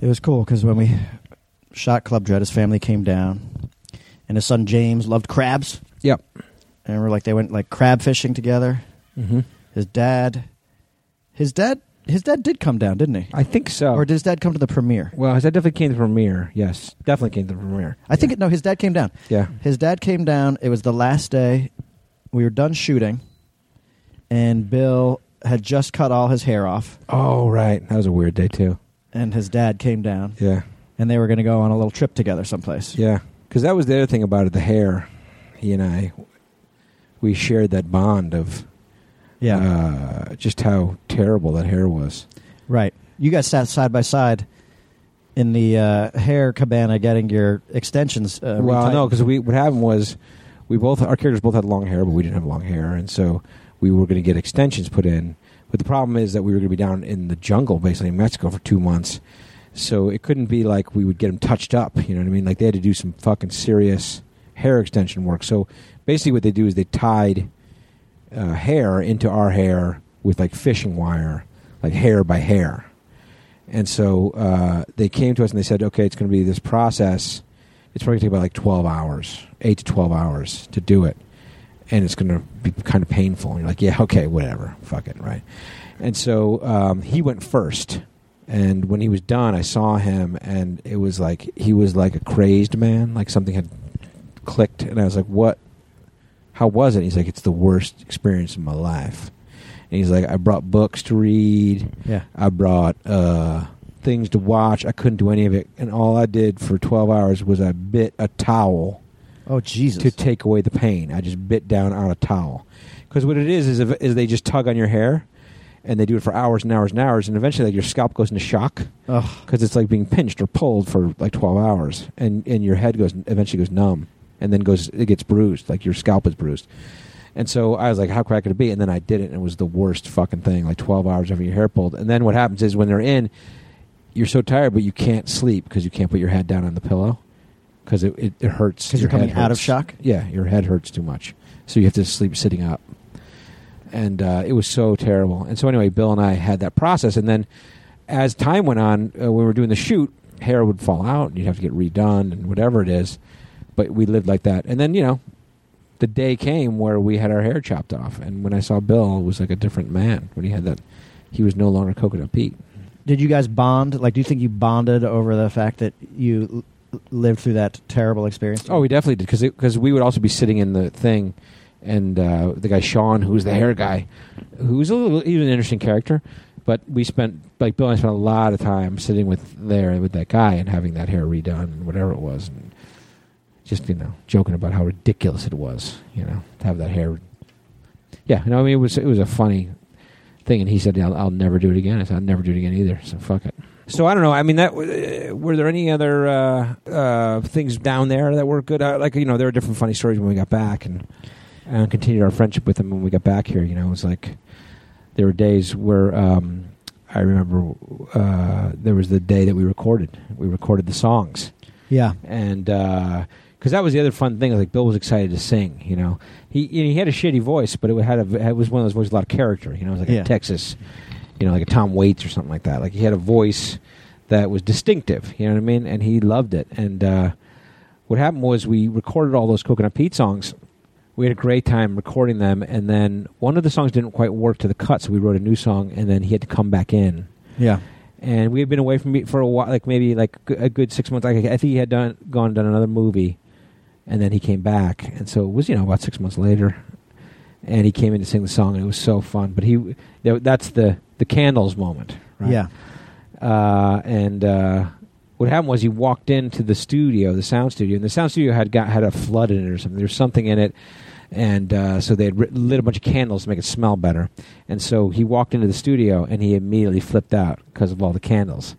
it was cool because when we shot Club Dread, his family came down, and his son James loved crabs. Yep. and we're like they went like crab fishing together. hmm His dad, his dad, his dad did come down, didn't he? I think so. Or did his dad come to the premiere? well, his dad definitely came to the premiere. Yes, definitely came to the premiere. I think it, no, his dad came down. Yeah. His dad came down. It was the last day. We were done shooting, and Bill had just cut all his hair off. Oh right, that was a weird day too. And his dad came down, Yeah. and they were going to go on a little trip together someplace. Yeah, because that was the other thing about it—the hair. He and I, we shared that bond of uh, just how terrible that hair was. right. You guys sat side by side in the uh, hair cabana, getting your extensions. Uh, well, retightened. no, because we what happened was we both our characters both had long hair, but we didn't have long hair, and so we were going to get extensions put in. But the problem is that we were going to be down in the jungle, basically in Mexico, for two months, so it couldn't be like we would get them touched up. You know what I mean? Like they had to do some fucking serious hair extension work. So basically, what they do is they tied uh, hair into our hair with like fishing wire, like hair by hair. And so uh, they came to us and they said, okay, it's going to be this process. It's probably going to take about like 12 hours, 8 to 12 hours to do it. And it's going to be kind of painful. And you're like, yeah, okay, whatever. Fuck it, right? And so um, he went first And when he was done, I saw him, and it was like he was like a crazed man, like something had clicked. And I was like, "What? How was it?" He's like, "It's the worst experience of my life." And he's like, "I brought books to read. Yeah. I brought uh, things to watch. I couldn't do any of it, and all I did for twelve hours was I bit a towel." Oh Jesus. to take away the pain. I just bit down on a towel because what it is is, if, is they just tug on your hair, and they do it for hours and hours and hours, and eventually like your scalp goes into shock Ugh. because it's like being pinched or pulled for like twelve hours, and and your head goes eventually goes numb, and then goes it gets bruised, like your scalp is bruised. And so I was like, how crack could it be? And then I did it, and it was the worst fucking thing. Like twelve hours having your hair pulled, and then what happens is when they're in, you're so tired, but you can't sleep because you can't put your head down on the pillow because it, it, it hurts. 'Cause you're Your head coming out of hurts. shock? Yeah, your head hurts too much, so you have to sleep sitting up. And uh, it was so terrible. And so anyway, Bill and I had that process, and then as time went on, uh, when we were doing the shoot, hair would fall out, and you'd have to get redone and whatever it is. But we lived like that, and then you know, the day came where we had our hair chopped off, and when I saw Bill, it was like a different man when he had that. He was no longer Coconut Pete. Did you guys bond? Like, do you think you bonded over the fact that you l- lived through that terrible experience? Oh, we definitely did because because we would also be sitting in the thing, and uh, the guy Sean, who was the hair guy, who was a little he was an interesting character, but we spent like Bill and I spent a lot of time sitting with there with that guy and having that hair redone and whatever it was, and just you know joking about how ridiculous it was, you know, to have that hair. Yeah, no, I mean it was it was a funny thing, and he said, "I'll, I'll never do it again." I said, "I'll never do it again either." So fuck it. So I don't know. I mean, that uh, were there any other uh, uh, things down there that were good? Uh, like you know, there were different funny stories when we got back and and continued our friendship with them when we got back here. You know, it was like there were days where um, I remember uh, there was the day that we recorded. We recorded the songs yeah. and because that was the other fun thing, like Bill was excited to sing. You know, he you know, he had a shitty voice, but it had a it was one of those voices with a lot of character. You know, it was like Yeah. a Texas, you know, like a Tom Waits or something like that. Like he had a voice that was distinctive. You know what I mean? And he loved it. And uh, what happened was we recorded all those Coconut Pete songs. We had a great time recording them, and then one of the songs didn't quite work to the cut, so we wrote a new song, and then he had to come back in Yeah. and we had been away from me for a while, like maybe like g- a good six months. Like I think he had done gone and done another movie, and then he came back, and so it was you know about six months later, and he came in to sing the song, and it was so fun. But he, you know, that's the the candles moment, right? Yeah. *laughs* Uh, and uh, what happened was he walked into the studio, the sound studio, and the sound studio had got had a flood in it or something. There's something in it, and uh, so they had writ- lit a bunch of candles to make it smell better. And so he walked into the studio, and he immediately flipped out because of all the candles.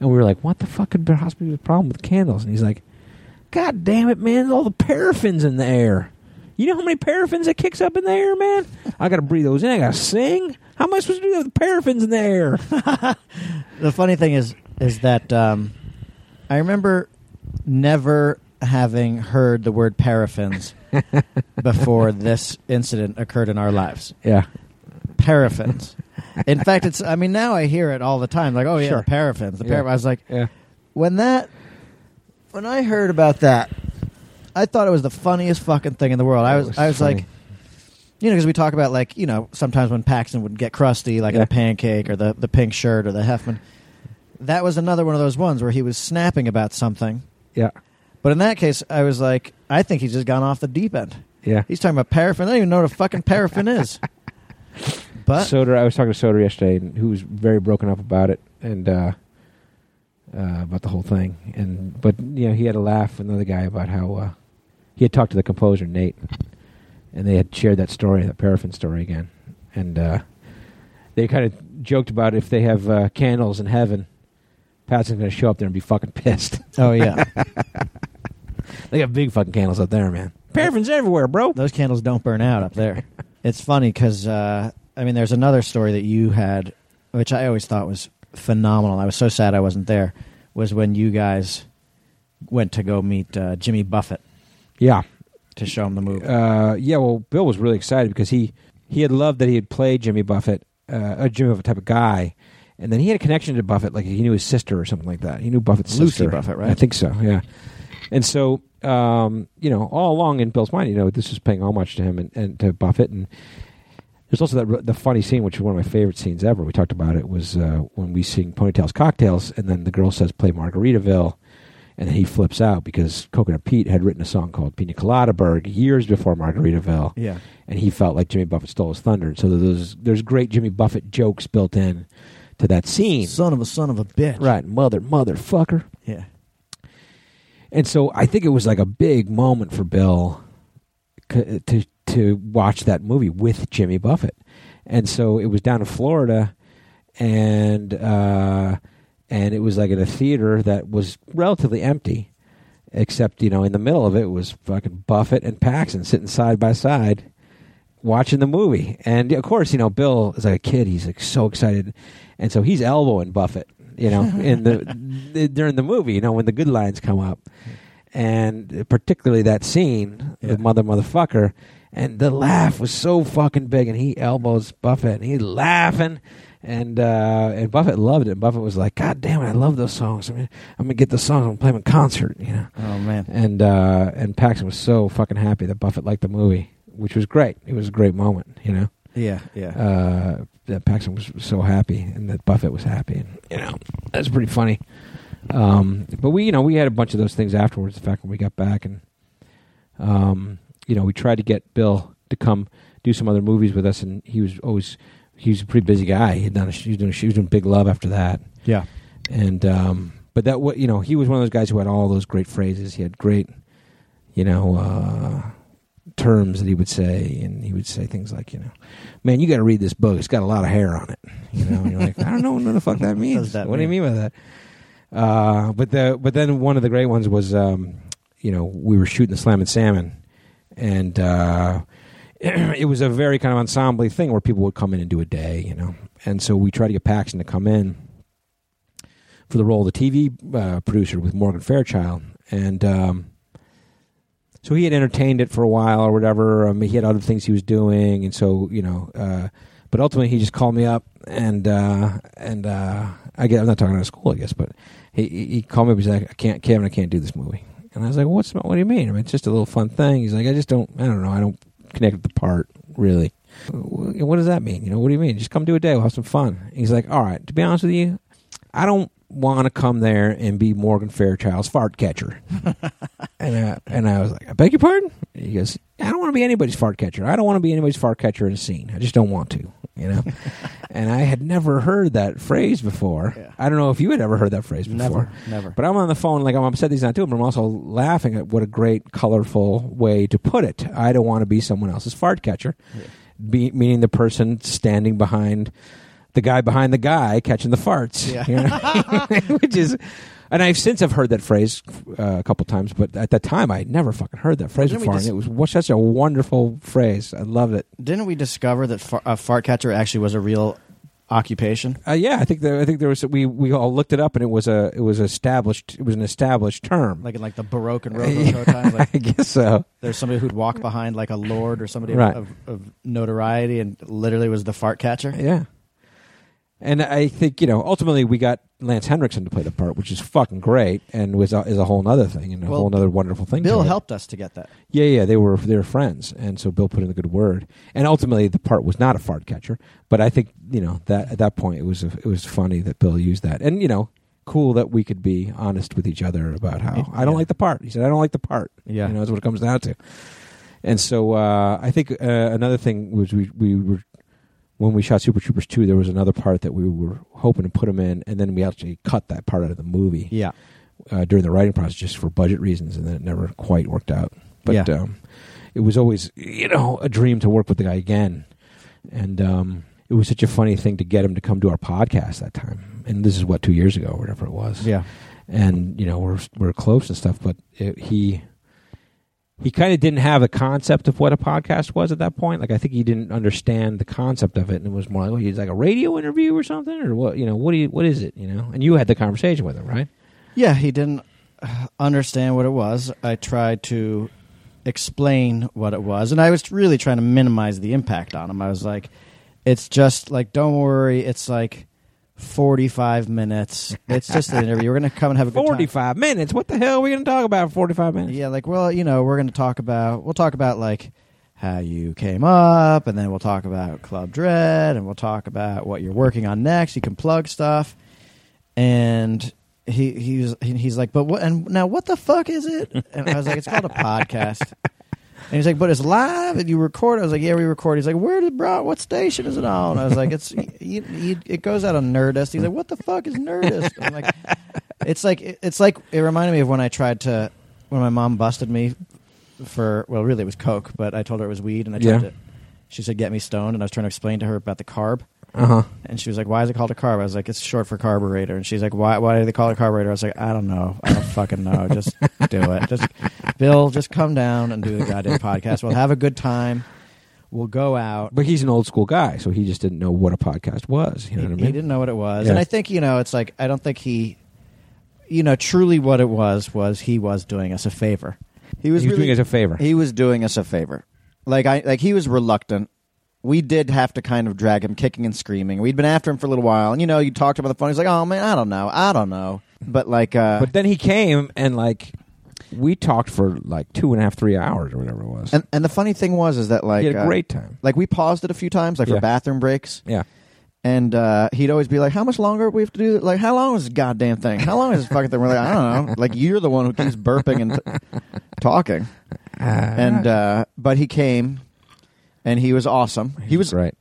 And we were like, "What the fuck could possibly be the problem with candles?" And he's like, "God damn it, man! All the paraffins in the air." You know how many paraffins it kicks up in the air, man? I gotta breathe those in. I gotta sing. How am I supposed to do that with paraffins in the air? The funny thing is, is that um, I remember never having heard the word *laughs* paraffins before this incident occurred in our lives. yeah, Paraffins. In fact, it's. I mean, now I hear it all the time. Like, oh yeah, Sure. the paraffins. The Yeah. paraffins. I was like, yeah. when that when I heard about that, I thought it was the funniest fucking thing in the world. I It was, was I was funny. like, you know, because we talk about like you know sometimes when Paxton would get crusty, like Yeah. the pancake or the the pink shirt or the Heffman. That was another one of those ones where he was snapping about something. Yeah, But in that case, I was like, I think he's just gone off the deep end. yeah. He's talking about paraffin. I don't even know what a fucking *laughs* paraffin is. But Soder, I was talking to Soder yesterday, and who was very broken up about it and uh, uh, about the whole thing. And but you know, he had a laugh with another guy about how uh, he had talked to the composer Nate, and they had shared that story, that paraffin story again, and uh, they kind of joked about if they have uh, candles in heaven. Patson's gonna show up there and be fucking pissed. *laughs* oh yeah, they got big fucking candles up there, man. Paraffin's everywhere, bro. those candles don't burn out *laughs* up there. It's funny because uh, I mean, there's another story that you had, which I always thought was phenomenal. I was so sad I wasn't there. Was when you guys went to go meet uh, Jimmy Buffett Yeah. to show him the movie. uh, yeah, well, Bill was really excited because he he had loved that he had played Jimmy Buffett, uh, a Jimmy Buffett type of guy, and then he had a connection to Buffett, like he knew his sister or something like that. He knew Buffett's Lucy sister, Buffett, right? I think so. Yeah, and so um, you know, all along in Bill's mind, you know, this was paying homage to him and, and to Buffett, and There's also that re- the funny scene, which is one of my favorite scenes ever. We talked about it was uh, when we sing Ponytails Cocktails, and then the girl says play Margaritaville, and he flips out because Coconut Pete had written a song called Pina Colada Berg years before Margaritaville, Yeah. and he felt like Jimmy Buffett stole his thunder. So there's there's great Jimmy Buffett jokes built in to that scene. Son of a son of a bitch. Right, mother, motherfucker. Yeah. And so I think it was like a big moment for Bill c- to to watch that movie with Jimmy Buffett. And so it was down in Florida, and uh, and it was like at a theater that was relatively empty, except you know in the middle of it was fucking Buffett and Paxton sitting side by side watching the movie. And of course, you know Bill is like a kid; he's like so excited, and so he's elbowing Buffett, you know, in the during the movie, you know, when the good lines come up and particularly that scene with mother motherfucker and the laugh was so fucking big and he elbows buffett and he's laughing and uh and buffett loved it buffett was like god damn it i love those songs i'm gonna, I'm gonna get the songs i'm gonna play them in concert you know Oh man. and uh and paxton was so fucking happy that buffett liked the movie which was great it was a great moment you know Yeah. Yeah. uh, that Paxton was so happy and that Buffett was happy, and you know that's pretty funny. Um, but we, you know, we had a bunch of those things afterwards. In fact, when we got back, and um, you know, we tried to get Bill to come do some other movies with us, and he was always he was a pretty busy guy. He had done a, he was doing he was doing Big Love after that, yeah. and um, but that wa- you know he was one of those guys who had all those great phrases. He had great you know uh, terms that he would say, and he would say things like you know, man, you got to read this book. It's got a lot of hair on it. Uh, You know, and you're like, I don't know *laughs* what the fuck that means. that what do you mean by that? Uh, but the but then one of the great ones was um, you know we were shooting the Slam and Salmon, and uh, *clears throat* it was a very kind of ensemble thing where people would come in and do a day, you know, and so we tried to get Paxton to come in for the role of the TV uh, producer with Morgan Fairchild, and um, so he had entertained it for a while or whatever. Um, he had other things he was doing, and so you know. Uh, but ultimately, he just called me up, and uh, and uh, I get I'm not talking out of school, I guess, but he he he called me up. He's like, I can't, Kevin, I can't do this movie. And I was like, What's what do you mean? I mean, it's just a little fun thing. He's like, I just don't, I don't know, I don't connect with the part really. Wh- What does that mean? You know, what do you mean? Just come do a day, we'll have some fun. He's like, All right. To be honest with you, I don't want to come there and be Morgan Fairchild's fart catcher. And I, and I was like, I beg your pardon? He goes, I don't want to be anybody's fart catcher. I don't want to be anybody's fart catcher in a scene. I just don't want to, you know? and I had never heard that phrase before. Yeah. I don't know if you had ever heard that phrase before. Never. Never. But I'm on the phone, like I'm upset that he's not doing. it, But I'm also laughing at what a great, colorful way to put it. I don't want to be someone else's fart catcher, be, meaning the person standing behind the guy behind the guy catching the farts. Yeah. you *laughs* know? Which is, and I've since have heard that phrase uh, a couple times, but at that time I had never fucking heard that phrase Didn't we before, just- and it was wa- such a wonderful phrase. I love it. Didn't we discover that far, a fart catcher actually was a real occupation? Uh, yeah, I think there, I think there was we we all looked it up, and it was a it was established it was an established term. Like in like the Baroque *laughs* and Rococo times, *laughs* like I guess so. there's somebody who'd walk behind like a lord or somebody Right. of, of, of notoriety, and literally was the fart catcher. Yeah. And I think you know ultimately we got Lance Hendrickson to play the part, which is fucking great, and was a, is a whole other thing and a Well, whole other wonderful thing. Bill to it. helped us to get that. Yeah, yeah, they were they were friends, and so Bill put in a good word, and ultimately the part was not a fart catcher, but I think you know that at that point it was a, it was funny that Bill used that, and you know cool that we could be honest with each other about how I don't Yeah. like the part. He said I don't like the part. Yeah. you know that's what it comes down to, and so uh, I think uh, another thing was we we were. When we shot Super Troopers 2, there was another part that we were hoping to put him in, and then we actually cut that part out of the movie Yeah, uh, during the writing process just for budget reasons, and then it never quite worked out. But Yeah. um, it was always, you know, a dream to work with the guy again, and um, it was such a funny thing to get him to come to our podcast that time. And this is what two years ago, or whatever it was. yeah, And you know, we're we're close and stuff, but it, he. He kind of didn't have a concept of what a podcast was at that point. Like I think he didn't understand the concept of it, and it was more like well, he's like a radio interview or something, or what? You know, what do you, what is it? You know, and you had the conversation with him, right? yeah. He didn't uh, understand what it was. I tried to explain what it was, and I was really trying to minimize the impact on him. I was like, "It's just like, don't worry. It's like." 45 minutes. It's just an interview. We're going to come and have a good time. 45 minutes. What the hell are we going to talk about for 45 minutes? Yeah, like well, you know, we're going to talk about we'll talk about like how you came up, and then we'll talk about Club Dread, and we'll talk about what you're working on next. You can plug stuff, and he he's he's like, but what? And now what the fuck is it? And I was like, it's called a podcast. And he's like, but it's live and you record. I was like, yeah, we record. He's like, where did bro? What station is it on? I was like, it's you, you, it goes out on Nerdist. He's like, what the fuck is Nerdist? I'm like, it's like it's like it reminded me of when I tried to when my mom busted me for well, really it was coke, but I told her it was weed, and I tried Yeah. to. She said, get me stoned, and I was trying to explain to her about the carb. Uh huh. And she was like, "Why is it called a carb?" I was like, "It's short for carburetor." And she's like, "Why? Why do they call it carburetor?" I was like, "I don't know. I don't fucking know. Just do it. Just Bill, just come down and do the goddamn podcast. We'll have a good time. We'll go out." But he's an old school guy, so he just didn't know what a podcast was. You know he, what I he mean? didn't know what it was, Yeah. and I think you know, it's like I don't think he, you know, truly what it was was he was doing us a favor. He He was, was, really, doing us a favor. he was doing us a favor. Like I like he was reluctant. We did have to kind of drag him kicking and screaming. We'd been after him for a little while, and you know, you talked about the phone. He's like, "Oh man, I don't know, I don't know." But like, uh, but then he came and like we talked for like two and a half, three hours or whatever it was. and and the funny thing was is that like he had a uh, great time. like we paused it a few times, like Yeah. for bathroom breaks, Yeah. and uh, he'd always be like, "How much longer we have to do? Like, how long is this goddamn thing? How long is this fucking thing?" We're like, "I don't know." Like, you're the one who keeps burping and t- talking. And uh, but he came, and he was awesome. He was right.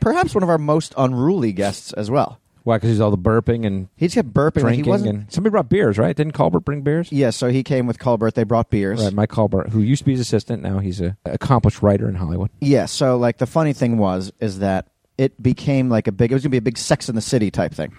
perhaps one of our most unruly guests as well. Why? Because he's all the burping and He just kept burping. like, he drinking, wasn't. and somebody brought beers, right? Didn't Colbert bring beers? yeah, so he came with Colbert. They brought beers. Right, Mike Colbert, who used to be his assistant, now he's a accomplished writer in Hollywood. Yeah, so like the funny thing was is that it became like a big. It was gonna be a big Sex in the City type thing.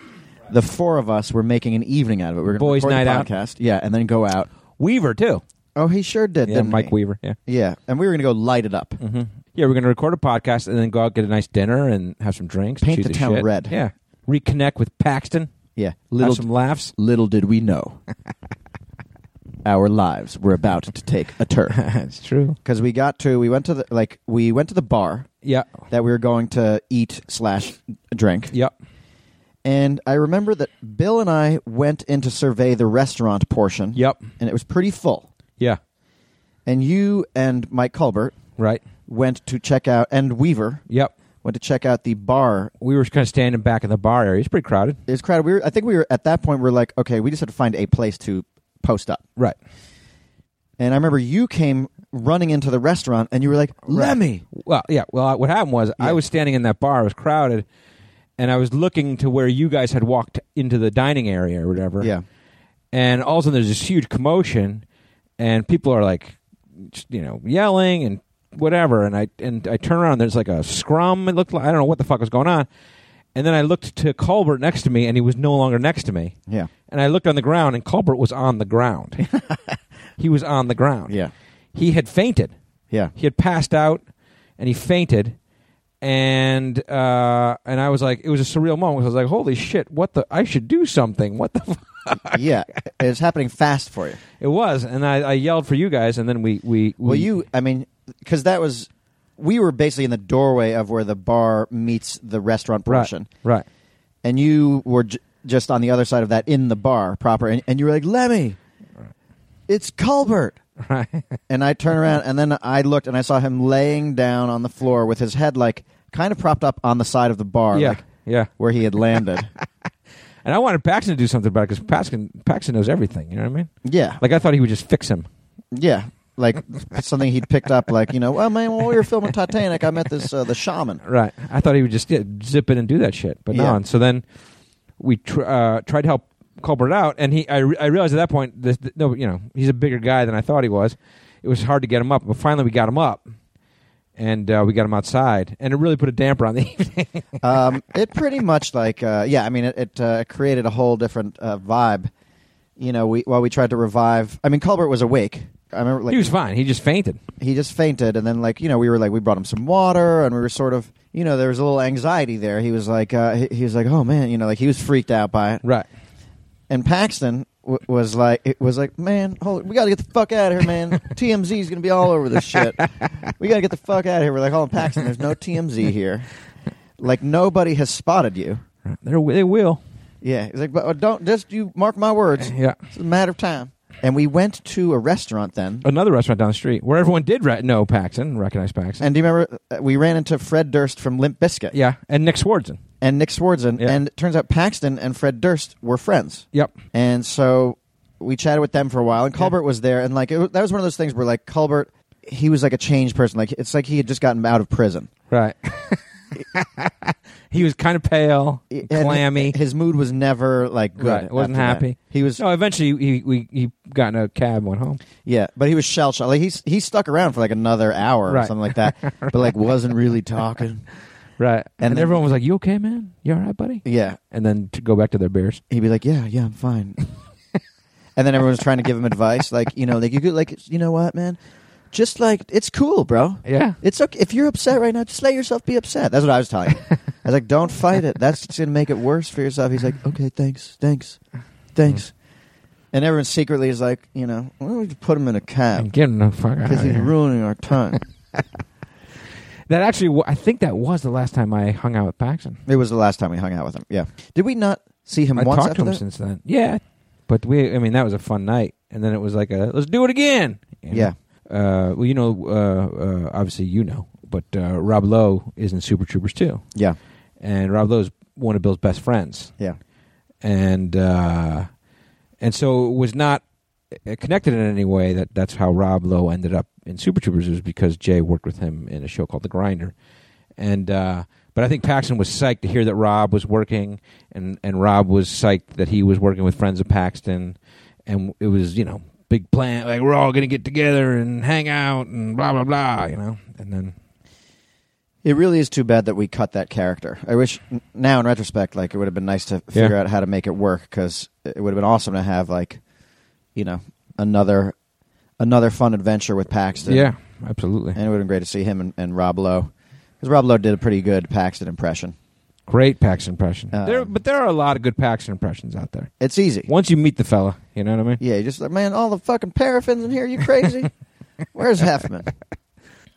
The four of us were making an evening out of it. We were gonna Boys' record the night out. podcast, yeah, and then go out. Weaver too. Oh, he sure did. Yeah, didn't Mike he? Weaver. Yeah, Yeah, and we were gonna go light it up. hmm yeah. We're going to record a podcast and then go out get a nice dinner and have some drinks. Paint shoot the town shit. red. Yeah, reconnect with Paxton. Yeah, Little little have some laughs. little did we know, our lives were about to take a turn *laughs* That's true. because we got to we went to the like we went to the bar Yeah. that we were going to eat slash drink. Yep. And I remember that Bill and I went in to survey the restaurant portion. Yep. And it was pretty full. Yeah. And you and Mike Culbert Right. went to check out, and Weaver Yep. went to check out the bar. We were kind of standing back in the bar area. It's pretty crowded. It was crowded. We were, I think we were at that point. We were like, okay, we just have to find a place to post up. Right. And I remember you came running into the restaurant, and you were like, Lemmy. Well, yeah. Well, I- what happened was I Yeah. was standing in that bar. It was crowded, and I was looking to where you guys had walked into the dining area or whatever. Yeah. and all of a sudden there's this huge commotion and people are like just, you know yelling and whatever and i and i turn around and there's like a scrum it looked like i don't know what the fuck was going on and then i looked to colbert next to me and he was no longer next to me Yeah. and i looked on the ground and colbert was on the ground he was on the ground Yeah. he had fainted *laughs* Yeah. he had passed out and he fainted and uh and i was like it was a surreal moment 'cause i was like holy shit what the i should do something what the *laughs* fuck yeah. It was happening fast for you. It was, and I, I yelled for you guys, and then we we, we Well, you, I mean, because that was, we were basically in the doorway of where the bar meets the restaurant right, portion. right, *laughs* and you were j- just on the other side of that in the bar proper, and, and you were like, Lemmy, it's Culbert. right, And I turned around, and then I looked, and I saw him laying down on the floor with his head like kind of propped up on the side of the bar, yeah, like yeah. where he *laughs* had landed. And I wanted Paxton to do something about it because Paxton Paxton knows everything. You know what I mean? yeah, Like I thought he would just fix him. yeah, like something he'd picked up, like you know, well, man, when we were filming Titanic, I met this uh, the shaman. Right. I thought he would just yeah, zip it and do that shit, but Yeah. no. And so then we tr- uh, tried to help Colbert out, and he I, re- I realized at that point this, th- no, you know, he's a bigger guy than I thought he was. It was hard to get him up, but finally we got him up, and uh, we got him outside, and it really put a damper on the *laughs* evening. um, it pretty much like uh, yeah i mean it, it uh, created a whole different uh, vibe you know we while we tried to revive i mean culbert was awake i remember like he was fine. He just fainted. he just fainted and then like you know we were like we brought him some water and we were sort of you know there was a little anxiety there he was like uh, he, he was like oh man you know like he was freaked out by it Right. and paxton w- was like it was like man hold, we gotta get the fuck out of *laughs* here man tmz's gonna be all over this shit we gotta get the fuck out of here we're like hold on paxton there's no tmz here like nobody has spotted you They're, they will. Yeah, he's like, but uh, don't just you mark my words. *laughs* Yeah. It's a matter of time. And we went to a restaurant then. Another restaurant down the street where everyone did re- know Paxton, recognize Paxton. And do you remember uh, we ran into Fred Durst from Limp Bizkit yeah, and Nick Swardson. and Nick Swardson, Yeah. and it turns out Paxton and Fred Durst were friends. Yep. And so we chatted with them for a while, and Culbert was there, and like it was, that was one of those things where like Culbert, he was like a changed person. Like it's like he had just gotten out of prison. Right. *laughs* he was kind of pale, *laughs* And clammy. His mood was never like good. Right, wasn't after that. happy. He was No, eventually he we he got in a cab, and went home. yeah, but he was shell shocked. Like he's he stuck around for like another hour or Right. something like that, but like wasn't really talking. Right, and, then- everyone was like, "You okay, man? You all right, buddy?" Yeah, And then to go back to their beers. he'd be like, "Yeah, yeah, I'm fine." and then everyone's trying to give him advice, like you know, like you could, like you know what, man, just like it's cool, bro. Yeah, It's okay if you're upset right now. Just let yourself be upset. That's what I was telling him. I was like, "Don't fight it. That's just gonna make it worse for yourself." He's like, "Okay, thanks, thanks, thanks." And everyone secretly is like, you know, why don't we just put him in *laughs* a and cab get him the fuck out because of *laughs* he's here. ruining our time. that actually, wa- I think that was the last time I hung out with Paxton. it was the last time we hung out with him. Yeah, did we not see him I once talked to after him that? since then. Yeah, but we, I mean, that was a fun night, and then it was like a let's do it again. you know? Yeah. Uh, well, you know, uh, uh, obviously you know, but uh, Rob Lowe is in Super Troopers too, Yeah, and Rob Lowe is one of Bill's best friends. yeah, and uh, and so it was not uh, connected in any way. That that's how Rob Lowe ended up in Super Troopers was because Jay worked with him in a show called The Grinder, and uh, but I think Paxton was psyched to hear that Rob was working, and and Rob was psyched that he was working with friends of Paxton, and it was you know big plan like we're all gonna get together and hang out and blah blah blah you know and then It really is too bad that we cut that character. I wish n- now, in retrospect, like it would have been nice to figure out how to make it work because it would have been awesome to have like, you know, another another fun adventure with Paxton. yeah absolutely and it would have been great to see him and, and Rob Lowe because Rob Lowe did a pretty good Paxton impression. great Paxton impression Um, there but there are a lot of good Paxton impressions out there It's easy. once you meet the fella you know what I mean Yeah, you're just like man, all the fucking paraffins in here. *laughs* You crazy? Where's Heffman?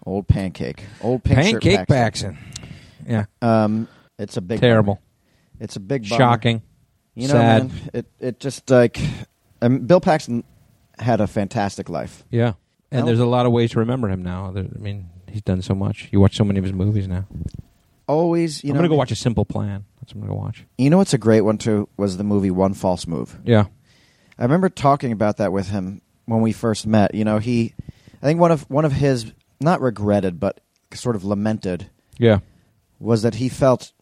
Old pancake. Old pink shirt Pancake Paxton. Paxton. Yeah. Um, it's a big Terrible. bummer. It's a big bummer. Shocking. You know, Sad. man, it it just like um, Bill Paxton had a fantastic life. Yeah. And Well- there's a lot of ways to remember him now. There- I mean, he's done so much. You watch so many of his movies now. Always, you I'm know, going to go watch A Simple Plan. That's what I'm going to watch. You know what's a great one too was the movie One False Move. Yeah. I remember talking about that with him when we first met. You know, he, I think one of one of his not regretted but sort of lamented Yeah. was that he felt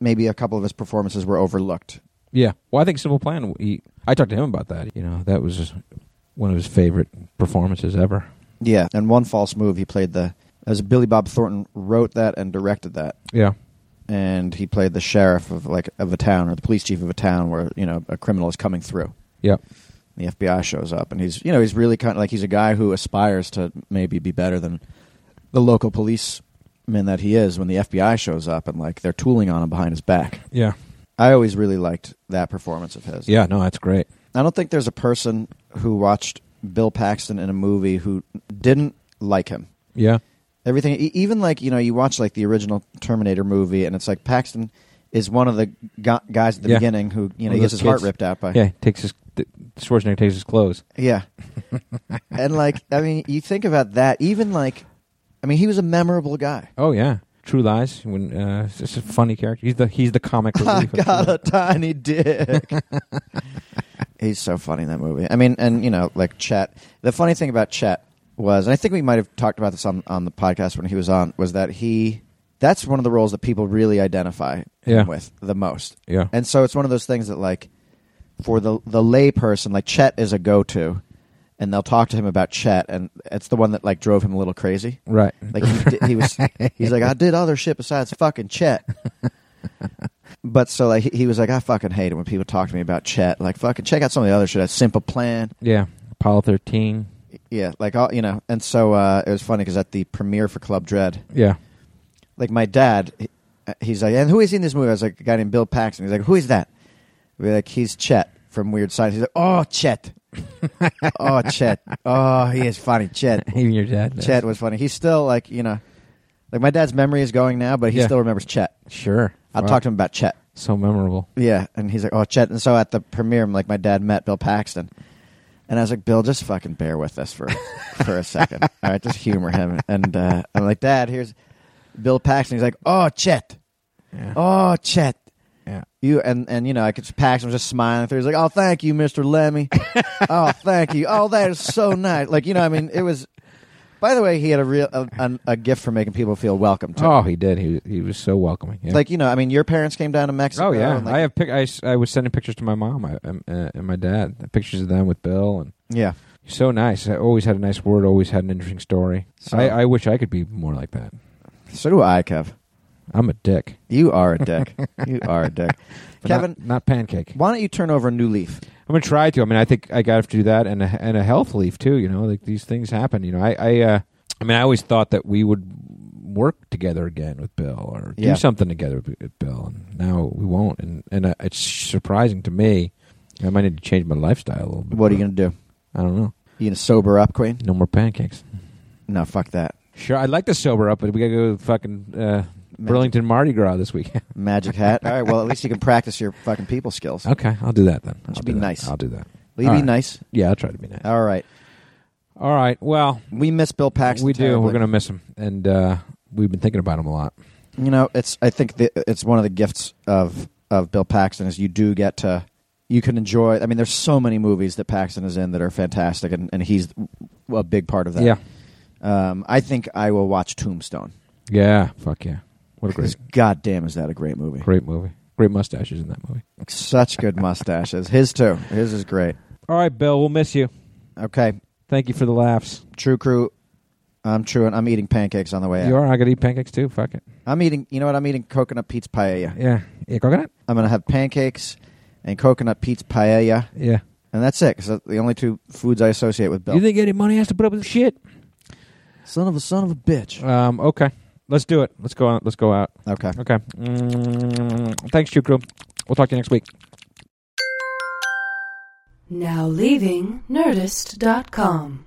maybe a couple of his performances were overlooked. Yeah. Well, I think Simple Plan, he, I talked to him about that. You know, that was just one of his favorite performances ever. Yeah, and One False Move, he played the as Billy Bob Thornton wrote that and directed that. Yeah. and he played the sheriff of like of a town or the police chief of a town where you know a criminal is coming through. Yeah. The FBI shows up, and he's you know he's really kind of like he's a guy who aspires to maybe be better than the local policeman that he is. When the FBI shows up and like they're tooling on him behind his back, Yeah. I always really liked that performance of his. Yeah. No, that's great. I don't think there's a person who watched Bill Paxton in a movie who didn't like him Yeah. everything e- even like you know you watch like the original terminator movie and it's like paxton is one of the gu guys at the Yeah. beginning who you One know he of gets his those heart kids. ripped out by Yeah. Takes his, th- Schwarzenegger takes his clothes. *laughs* yeah and like i mean you think about that even like i mean he was a memorable guy Oh, yeah. True Lies. When uh, it's just a funny character. He's the he's the comic *laughs* i relief. of True got Lies. a tiny dick *laughs* he's so funny in that movie i mean and you know like chet the funny thing about chet was and i think we might have talked about this on, on the podcast when he was on was that he that's one of the roles that people really identify Yeah. him with the most Yeah. And so it's one of those things that like for the the lay person, like Chet is a go to and they'll talk to him about Chet and it's the one that like drove him a little crazy. Right. Like he, di- *laughs* he was he's like I did other shit besides fucking Chet. *laughs* But so like he, he was like I fucking hate it when people talk to me about Chet. Like fucking check out some of the other shit. That simple plan. Yeah, Apollo 13. Yeah, like all you know. And so uh, it was funny because at the premiere for Club Dread, *laughs* Yeah. like my dad, he- he's like, and who is in this movie? I was like, a guy named Bill Paxton. He's like, who is that? We're like, he's Chet from Weird Science. He's like, oh, Chet. oh, Chet. Oh, *laughs* he is funny. Chet. Even your dad. knows. Chet was funny. He's still like, you know, like my dad's memory is going now, but he Yeah. still remembers Chet. Sure. I'll Wow. talk to him about Chet. So memorable. Yeah, and he's like, "Oh, Chet." And so at the premiere, like my dad met Bill Paxton, And I was like, Bill, just fucking bear with us for for a *laughs* second. All right, just humor him. And uh, I'm like, Dad, here's Bill Paxton. He's like, Oh, Chet. Yeah. Oh, Chet. Yeah. You and and you know, I could just Paxton was just smiling through. He's like, Oh, thank you, Mr. Lemmy. *laughs* oh, thank you. Oh, that is so nice. Like, you know, I mean, it was by the way, he had a real a, an a gift for making people feel welcome too. Oh, he did. He he was so welcoming. Yeah. Like, you know, I mean, your parents came down to Mexico. oh yeah, and, like, I have. Pic- I, s- I was sending pictures to my mom I, um, uh, and my dad. Pictures of them with Bill and yeah. so nice. I always had a nice word. Always had an interesting story. So- I, I wish I could be more like that. So do I, Kev. I'm a *laughs* dick. You are a dick. you are a dick. But Kevin, not, not pancake. why don't you turn over a new leaf? I'm gonna try to. I mean, I think I got to do that, and a, and a health leaf too. You know, like these things happen. You know, I I uh, I mean, I always thought that we would work together again with Bill or Yeah. do something together with Bill, and now we won't. And and uh, it's surprising to me. I might need to change my lifestyle a little bit. What are you going to do? I don't know. You going to sober up, Queen? No more pancakes. No, fuck that. Sure, I'd like to sober up, but we gotta go to fucking uh, Burlington Mardi Gras this week. *laughs* Magic hat. All right, well, at least you can practice your fucking people skills. okay, I'll do that then. I'll Should do be that. nice. Uh, I'll do that. Will you all be right. nice? Yeah, I'll try to be nice. All right. All right. Well, We miss Bill Paxton. we do. We're terribly. gonna miss him, and uh, we've been thinking about him a lot. You know, it's. I think the, it's one of the gifts of of Bill Paxton is you do get to. You can enjoy. I mean, there's so many movies that Paxton is in that are fantastic, and, and he's a big part of that. Yeah. Um, I think I will watch Tombstone. Yeah. Fuck yeah. What a Because great, *laughs* goddamn, is that a great movie? great movie. Great mustaches in that movie. Such good mustaches. His too. His is great. All right, Bill. We'll miss you. Okay, Thank you for the laughs. True Crew. I'm true, and I'm eating pancakes on the way out. You are. I gotta eat pancakes too. Fuck it. I'm eating. You know what? I'm eating coconut pizza paella. Yeah. Yeah. Coconut. I'm gonna have pancakes and coconut pizza paella, Yeah. and that's it. Because the only two foods I associate with Bill. You think any money has to put up with shit? son of a son of a bitch. Um. Okay. Let's do it. Let's go out. Let's go out. Okay. Okay. Mm, thanks, True Crew. We'll talk to you next week. Now leaving Nerdist.com.